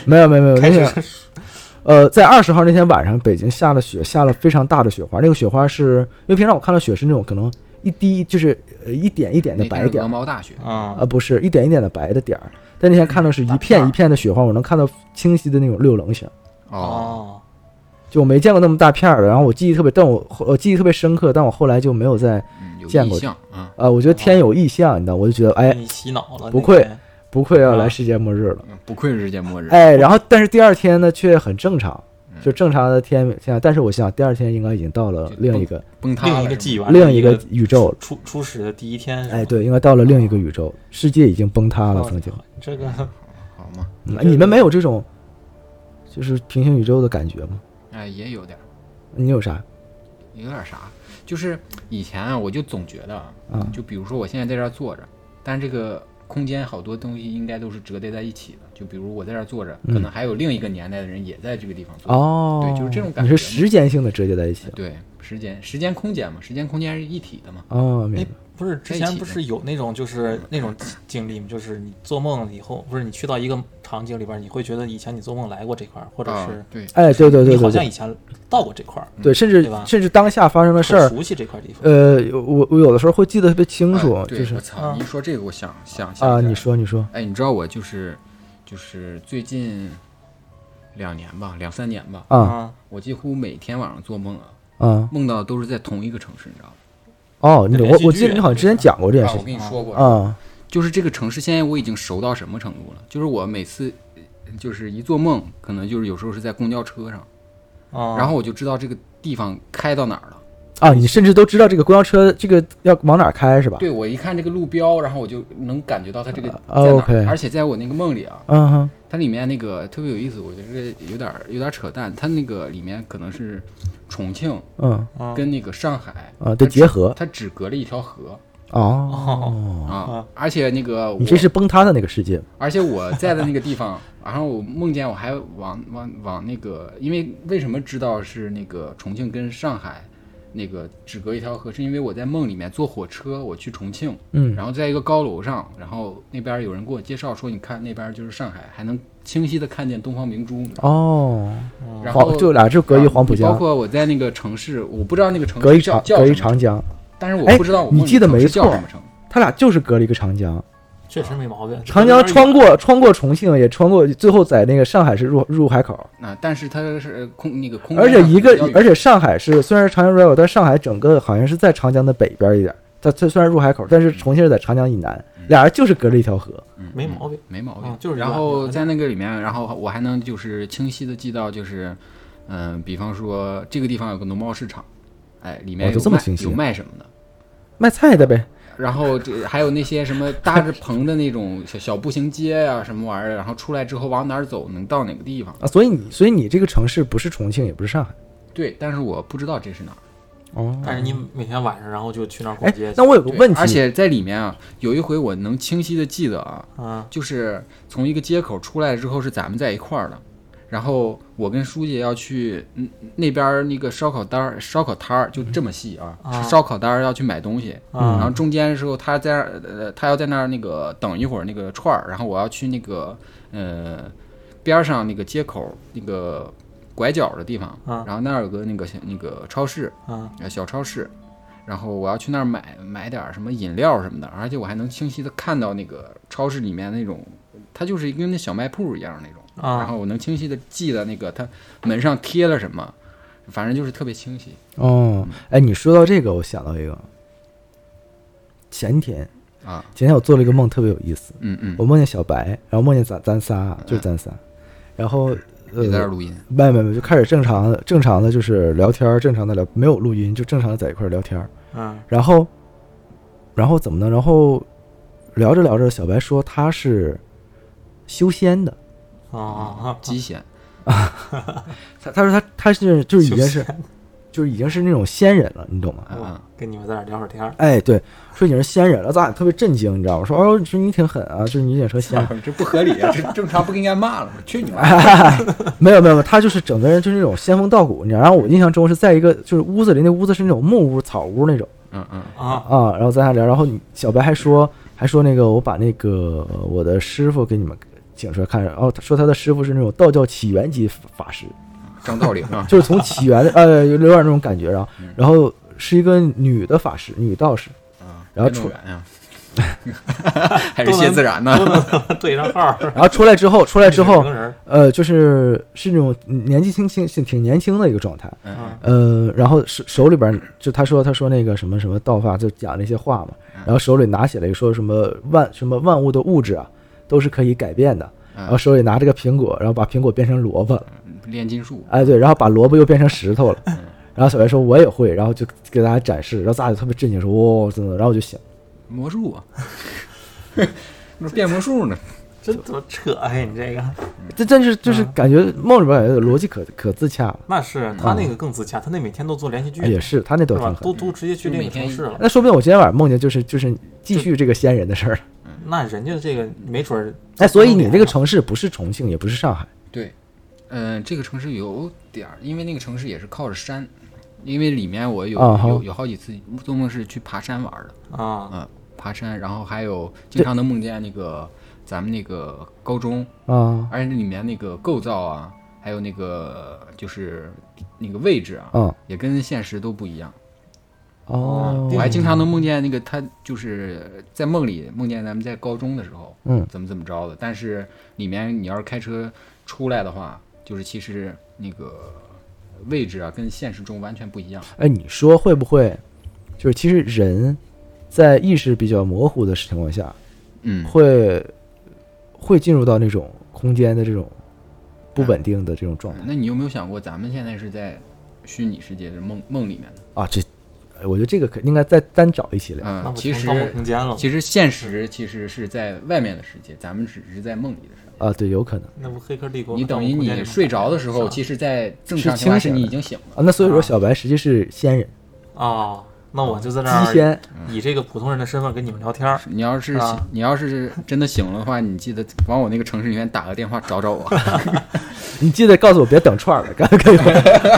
A: 没有没有没有，那
B: 开始
A: 个 呃，在二十号那天晚上，北京下了雪，下了非常大的雪花。那个雪花是因为平常我看到雪是那种可能一滴就是呃一点一点的
C: 那
A: 白
C: 天是
A: 点
C: 鹅
A: 儿，
C: 毛大雪，
B: 啊
A: 啊，不是一点一点的白的点儿。但那天看到是一片一片的雪花，我能看到清晰的那种六棱形，
C: 哦，
A: 就我没见过那么大片儿的。然后我记忆特别，但我后我记忆特别深刻，但我后来就没有再
C: 嗯，有
A: 见
C: 意
A: 过
C: 象啊，
A: 啊，我觉得天有异象，你知道，我就觉得
B: 被
A: 哎，
B: 你洗脑了，
A: 不
B: 那
A: 愧
B: 天
A: 不愧要来
B: 啊
A: 世界末日了。
C: 嗯不愧是世界末日。
A: 哎，然后但是第二天呢却很正常，就正常的天天，但是我想第二天应该已经到了
C: 就
A: 另一个
C: 崩塌
B: 另
C: 了
B: 一个
C: 是吗
B: 纪元，
A: 另一个宇宙了。
B: 初初始的第一天，是吧
A: 哎，，对，应该到了另一个宇宙，世界已经崩塌了，
B: 哦
A: 曾经。
B: 这个
C: 好吗？
A: 嗯你们没有这种就是平行宇宙的感觉吗？
C: 哎，也有点儿，
A: 你有啥？
C: 有点啥，就是以前啊，我就总觉得啊，
A: 嗯
C: 就比如说我现在在这儿坐着，但这个空间好多东西应该都是折叠在一起的。就比如我在这儿坐着，可能还有另一个年代的人也在这个地方坐着。
A: 嗯哦，
C: 对就是这种感
A: 你是
C: 觉
A: 时间性的折叠在一起。
C: 对，时间、时间、空间嘛，时间、空间是一体的嘛。
A: 哦，明
B: 哎
A: 白。，
B: 不是之前不是有那种就是那种经历吗？就是你做梦以后，不是你去到一个场景里边，你会觉得以前你做梦来过这块儿，或者
C: 啊
B: 是，
C: 对，
A: 哎，对对对
B: 你好
A: 对
B: 像
A: 对
B: 以前到过这块
C: 嗯
B: 儿，
A: 对，甚至
B: 对吧
A: 甚至当下发生的事
B: 很
A: 儿，
B: 熟悉这块地方。
A: 呃，我我有的时候会记得特别清楚
C: 哎，对
A: 就是
C: 我操！
B: 啊
C: 你一说这个，我想想想
A: 啊，
C: 起来
A: 你
C: 了
A: 说你说，
C: 哎，你知道我就是就是最近两年吧，两三年吧，
A: 啊
B: 啊，
C: 我几乎每天晚上做梦啊，
A: 啊，
C: 梦到都是在同一个城市，你知道吗？
A: 哦，你
B: 这
A: 我
B: 连续
A: 我
B: 剧
A: 记得你好像之前讲过这件
C: 啊，
A: 事
C: 我
A: 情
C: 跟你说过，
A: 啊，
C: 就是这个城市现在我已经熟到什么程度了？就是我每次呃就是一做梦，可能就是有时候是在公交车上，
B: 啊，
C: 然后我就知道这个地方开到哪儿了。
A: 啊，你甚至都知道这个公交车这个要往哪儿开是吧？
C: 对我一看这个路标，然后我就能感觉到它这个在
A: 啊
C: 哪
A: ，OK
C: 儿，而且在我那个梦里啊，
A: 嗯哼，
C: 它里面那个特别有意思，我觉得这有点儿有点儿扯淡。它那个里面可能是重庆
A: 嗯
B: 啊
C: 跟那个上海
A: 啊，得结合
C: 它只隔了一条河，
A: 哦，
C: 啊，而且那个我
A: 你这是崩塌的那个世界，
C: 而且我在的那个地方， 然后我梦见我还往往往那个，因为为什么知道是那个重庆跟上海那个只隔一条河，是因为我在梦里面坐火车，我去重庆，
A: 嗯
C: 然后在一个高楼上，然后那边有人给我介绍说，你看那边就是上海，还能清晰的看见东方明珠。
A: 哦，
C: 然后
A: 黄就俩就隔一黄浦
C: 包
A: 江，
C: 括我在那个城市，我不知道那个城
A: 隔一
C: 市叫
A: 长
C: 叫
A: 隔一
C: 什么
A: 长江，
C: 但是我
A: 哎
C: 不知道我
A: 你
C: 梦里
A: 记得
C: 城
A: 没
C: 市叫
A: 错
C: 什么城。
A: 他俩就是隔了一个长江，
B: 确实没毛病。
A: 长江
B: 这
A: 穿过穿过重庆，也穿过，最后在那个上海是入入海口，
C: 那、啊但是它是空那个空间
A: 而
C: 上
A: 且一个
C: 比较远，
A: 而且上海是虽然是长江入海口，但上海整个好像是在长江的北边一点，它它虽然入海口，但是重庆是在长江以南，俩人就是隔着一条河，
C: 嗯
B: 没毛病，
C: 没毛病，
B: 嗯就是
C: 然
B: 软
C: 后
B: 的
C: 在那个里面，然后我还能就是清晰的记到就是，嗯、比方说这个地方有个农贸市场，哎，里面
A: 哦就
C: 有卖、
A: 这么清晰
C: 有卖什么的，
A: 卖菜的呗，
C: 然后这还有那些什么搭着棚的那种小小步行街呀、什么玩意儿，然后出来之后往哪儿走，能到哪个地方？
A: 啊，所以你所以你这个城市不是重庆，也不是上海，
C: 对，但是我不知道这是哪儿。
A: 哦
C: 哎
B: 但是你每天晚上，然后就去那儿逛
A: 哎
B: 街，去。
A: 那我有个
C: 对
A: 问题，
C: 而且在里面啊，有一回我能清晰的记得啊，
B: 嗯，
C: 就是从一个街口出来之后是咱们在一块儿的，然后我跟书记要去嗯那边儿那个烧烤摊儿，烧烤摊儿就这么细啊，
B: 啊
C: 烧烤摊儿要去买东西，
B: 啊
C: 然后中间的时候他在那儿呃他要在那儿那个等一会儿那个串儿，然后我要去那个呃边儿上那个街口那个拐角的地方，
B: 啊
C: 然后那儿有个那个小那个超市，
B: 嗯
C: 呃小超市，然后我要去那儿买买点儿什么饮料什么的，而且我还能清晰的看到那个超市里面那种，它就是跟那小卖铺一样那种，然
B: 啊，
C: 后我能清晰的记得那个它门上贴了什么，反正就是特别清晰。嗯
A: 哦，哎，你说到这个，我想到一个，前天
C: 啊，
A: 前天我做了一个梦，特别有意思，
C: 嗯嗯，
A: 我梦见小白，然后梦见咱咱仨，就是咱仨，然后呃
C: 也，在这儿录音，
A: 没没没，就开始正常的正常的就是聊天儿，正常的聊，没有录音，就正常的在一块儿聊天儿，
B: 嗯
A: 然后然后怎么呢？然后聊着聊着，小白说他是修仙的，
C: 嗯
B: 啊啊，
C: 极限
A: 他他说他他是就是已经
B: 修
A: 是 就是已经是那种仙人了，你懂吗？
C: 啊啊，
B: 跟你们在这儿聊会儿天儿，
A: 哎，对，说你是仙人了，咱俩特别震惊，你知道吗？说哦，说你挺狠啊，就是你也成仙人，
C: 这不合理啊，这正常不应该骂了吗？去你妈！
A: 没有没有，没有他就是整个人就是那种仙风道骨，你知道。然后我印象中是在一个就是屋子里，那屋子是那种木屋、草屋那种
C: 嗯嗯，
B: 啊
A: 啊。然后咱俩聊，然后你小白还说还说那个我把那个呃我的师傅给你们请出来看，然后他说他的师傅是那种道教起源级法师，
C: 张道陵啊，
A: 就是从起源的呃有点那种感觉，然后然后是一个女的法师，女道士。
C: 啊
A: 然后
C: 运动
A: 出
C: 员 呀，还是谢自然呢？
B: 对上号儿，
A: 然后出来之后，出来之后
B: 整，个人儿
A: 呃，就是是那种年纪轻轻、挺年轻的一个状态。
C: 嗯嗯
A: 呃，然后手手里边儿就他说他说那个什么什么道法，就讲那些话嘛。然后手里拿起来说什么万什么万物的物质啊，都是可以改变的。然后手里拿着个苹果，然后把苹果变成萝卜了，
C: 嗯，炼金术，
A: 哎对，然后把萝卜又变成石头了。然后小白说我也会，然后就给大家展示，然后大家就特别震惊说哇、真的，然后我就醒。
C: 魔术啊， 那变魔术呢？
B: 这怎么扯哎，你这个
A: 这真是就是感觉梦里边感觉逻辑可可自洽了，
B: 那是他
C: 嗯
B: 那个更自洽，他那每天都做连续剧
A: 哎，也是他那倒
B: 对
A: 挺
B: 吧？
A: 狠
B: 都。都直接去另一个城市了，
A: 那说不定我今天晚上梦见就是就是继续这个仙人的事儿。
B: 那人家这个没准儿
A: 哎，所以你
B: 啊
A: 这个城市不是重庆，也不是上海。
C: 对，嗯、这个城市有点儿，因为那个城市也是靠着山，因为里面我有、
A: 啊哈
C: 有有好几次做梦是去爬山玩儿的，
B: 啊
C: 嗯，爬山，然后还有经常能梦见那个咱们那个高中，
A: 啊
C: 而且里面那个构造啊，还有那个就是那个位置啊，
A: 嗯
C: 也跟现实都不一样。
A: 哦，
C: 我还经常能梦见那个他，就是在梦里梦见咱们在高中的时候，
A: 嗯
C: 怎么怎么着的。但是里面你要是开车出来的话，就是其实那个位置啊，跟现实中完全不一样。
A: 哎，你说会不会就是其实人在意识比较模糊的情况下，
C: 嗯，
A: 会会进入到那种空间的这种不
C: 嗯
A: 稳定的这种状态
C: 那你有没有想过，咱们现在是在虚拟世界的梦梦里面的？
A: 啊？这哎我觉得这个可应该再单找一起聊。
B: 那
C: 嗯，
B: 不
C: 其
B: 成盗梦
C: 实
B: 空间了，
C: 其实现实其实是在外面的世界，咱们只是在梦里的世界。
A: 啊，对，有可能
B: 那不黑客帝国？
C: 你等于你睡着的时候，其实，在正常
A: 是
C: 情况下
A: 清醒
C: 你已
A: 的
C: 经醒了。
A: 啊。那所以说，小白实际是仙人
B: 啊，那我就在这
A: 机
B: 儿
A: 仙
B: 以这个普通人的身份跟你们聊天儿。
C: 你要是、
B: 啊
C: 你要是真的醒了的话，你记得往我那个城市里面打个电话找 找我。
A: 你记得告诉我别等串儿了，该 该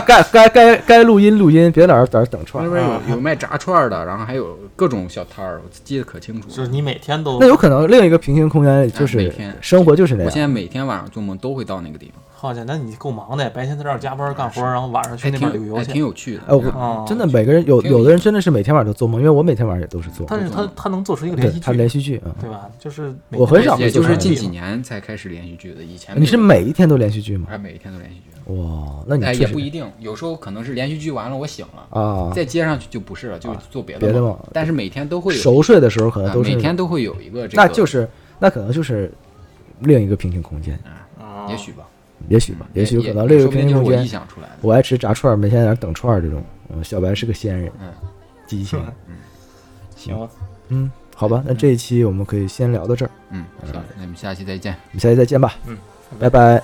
A: 该该该该录音录音，别在那儿在那儿等串
C: 那
A: 儿。
C: 边有有卖炸串儿的，然后还有各种小摊儿，我记得可清楚了。
B: 就是你每天都
A: 那有可能另一个平行空间里就
C: 哎每
A: 是
C: 天
A: 生活就是那
C: 我
A: 样
C: 现。在每天晚上做梦都会到那个地方，
B: 好家伙，那你够忙的，白天在这儿加班干活，然后晚上去
C: 还
B: 那
C: 挺
B: 边
C: 有
B: 旅游
C: 还挺
B: 去。
C: 有趣的。
A: 哎我
B: 啊，
A: 真的，每个人有
C: 挺有
A: 有的人真的是每天晚上都做梦，因为我每天晚上也都是做梦。
B: 但是他他能做出一个
A: 对
B: 连续，
A: 他
B: 剧，
A: 连续剧啊，
B: 对吧？就是每
A: 我
B: 天
A: 很少
C: 也
A: 会
C: 就
A: 做
C: 是
A: 这
C: 近
A: 样
C: 几年才开始连续剧的，以前
A: 你是
C: 没有
A: 每一天都连续剧吗
C: 我？还每一天都连续剧。
A: 哇，那你
C: 哎，
A: 确
C: 也
A: 实
C: 不一定，有时候可能是连续剧完了我醒了，
A: 啊，
C: 再接上去就不是了，就做别的
A: 别的
C: 梦
A: 梦
C: 但是每天都会有，
A: 熟睡的时候可能
C: 啊
A: 都是
C: 每天都会有一个这个，
A: 那就是那可能就是另一个平行空间，
B: 啊，
C: 也许吧，
A: 也许吧，也许有可能
C: 也
A: 另一个
C: 说不
A: 平行
C: 定就是
A: 空
C: 我臆
A: 间。
C: 想出来的。
A: 我爱吃炸串儿，每天在那儿等串儿这种。嗯，小白是个仙人，
C: 嗯，
A: 记忆 型。
B: 行，
A: 嗯，好吧，那这一期我们可以先聊到这儿，
C: 嗯，行，那我们下期再见。
A: 我们下期再见吧。
B: 嗯，
A: 拜拜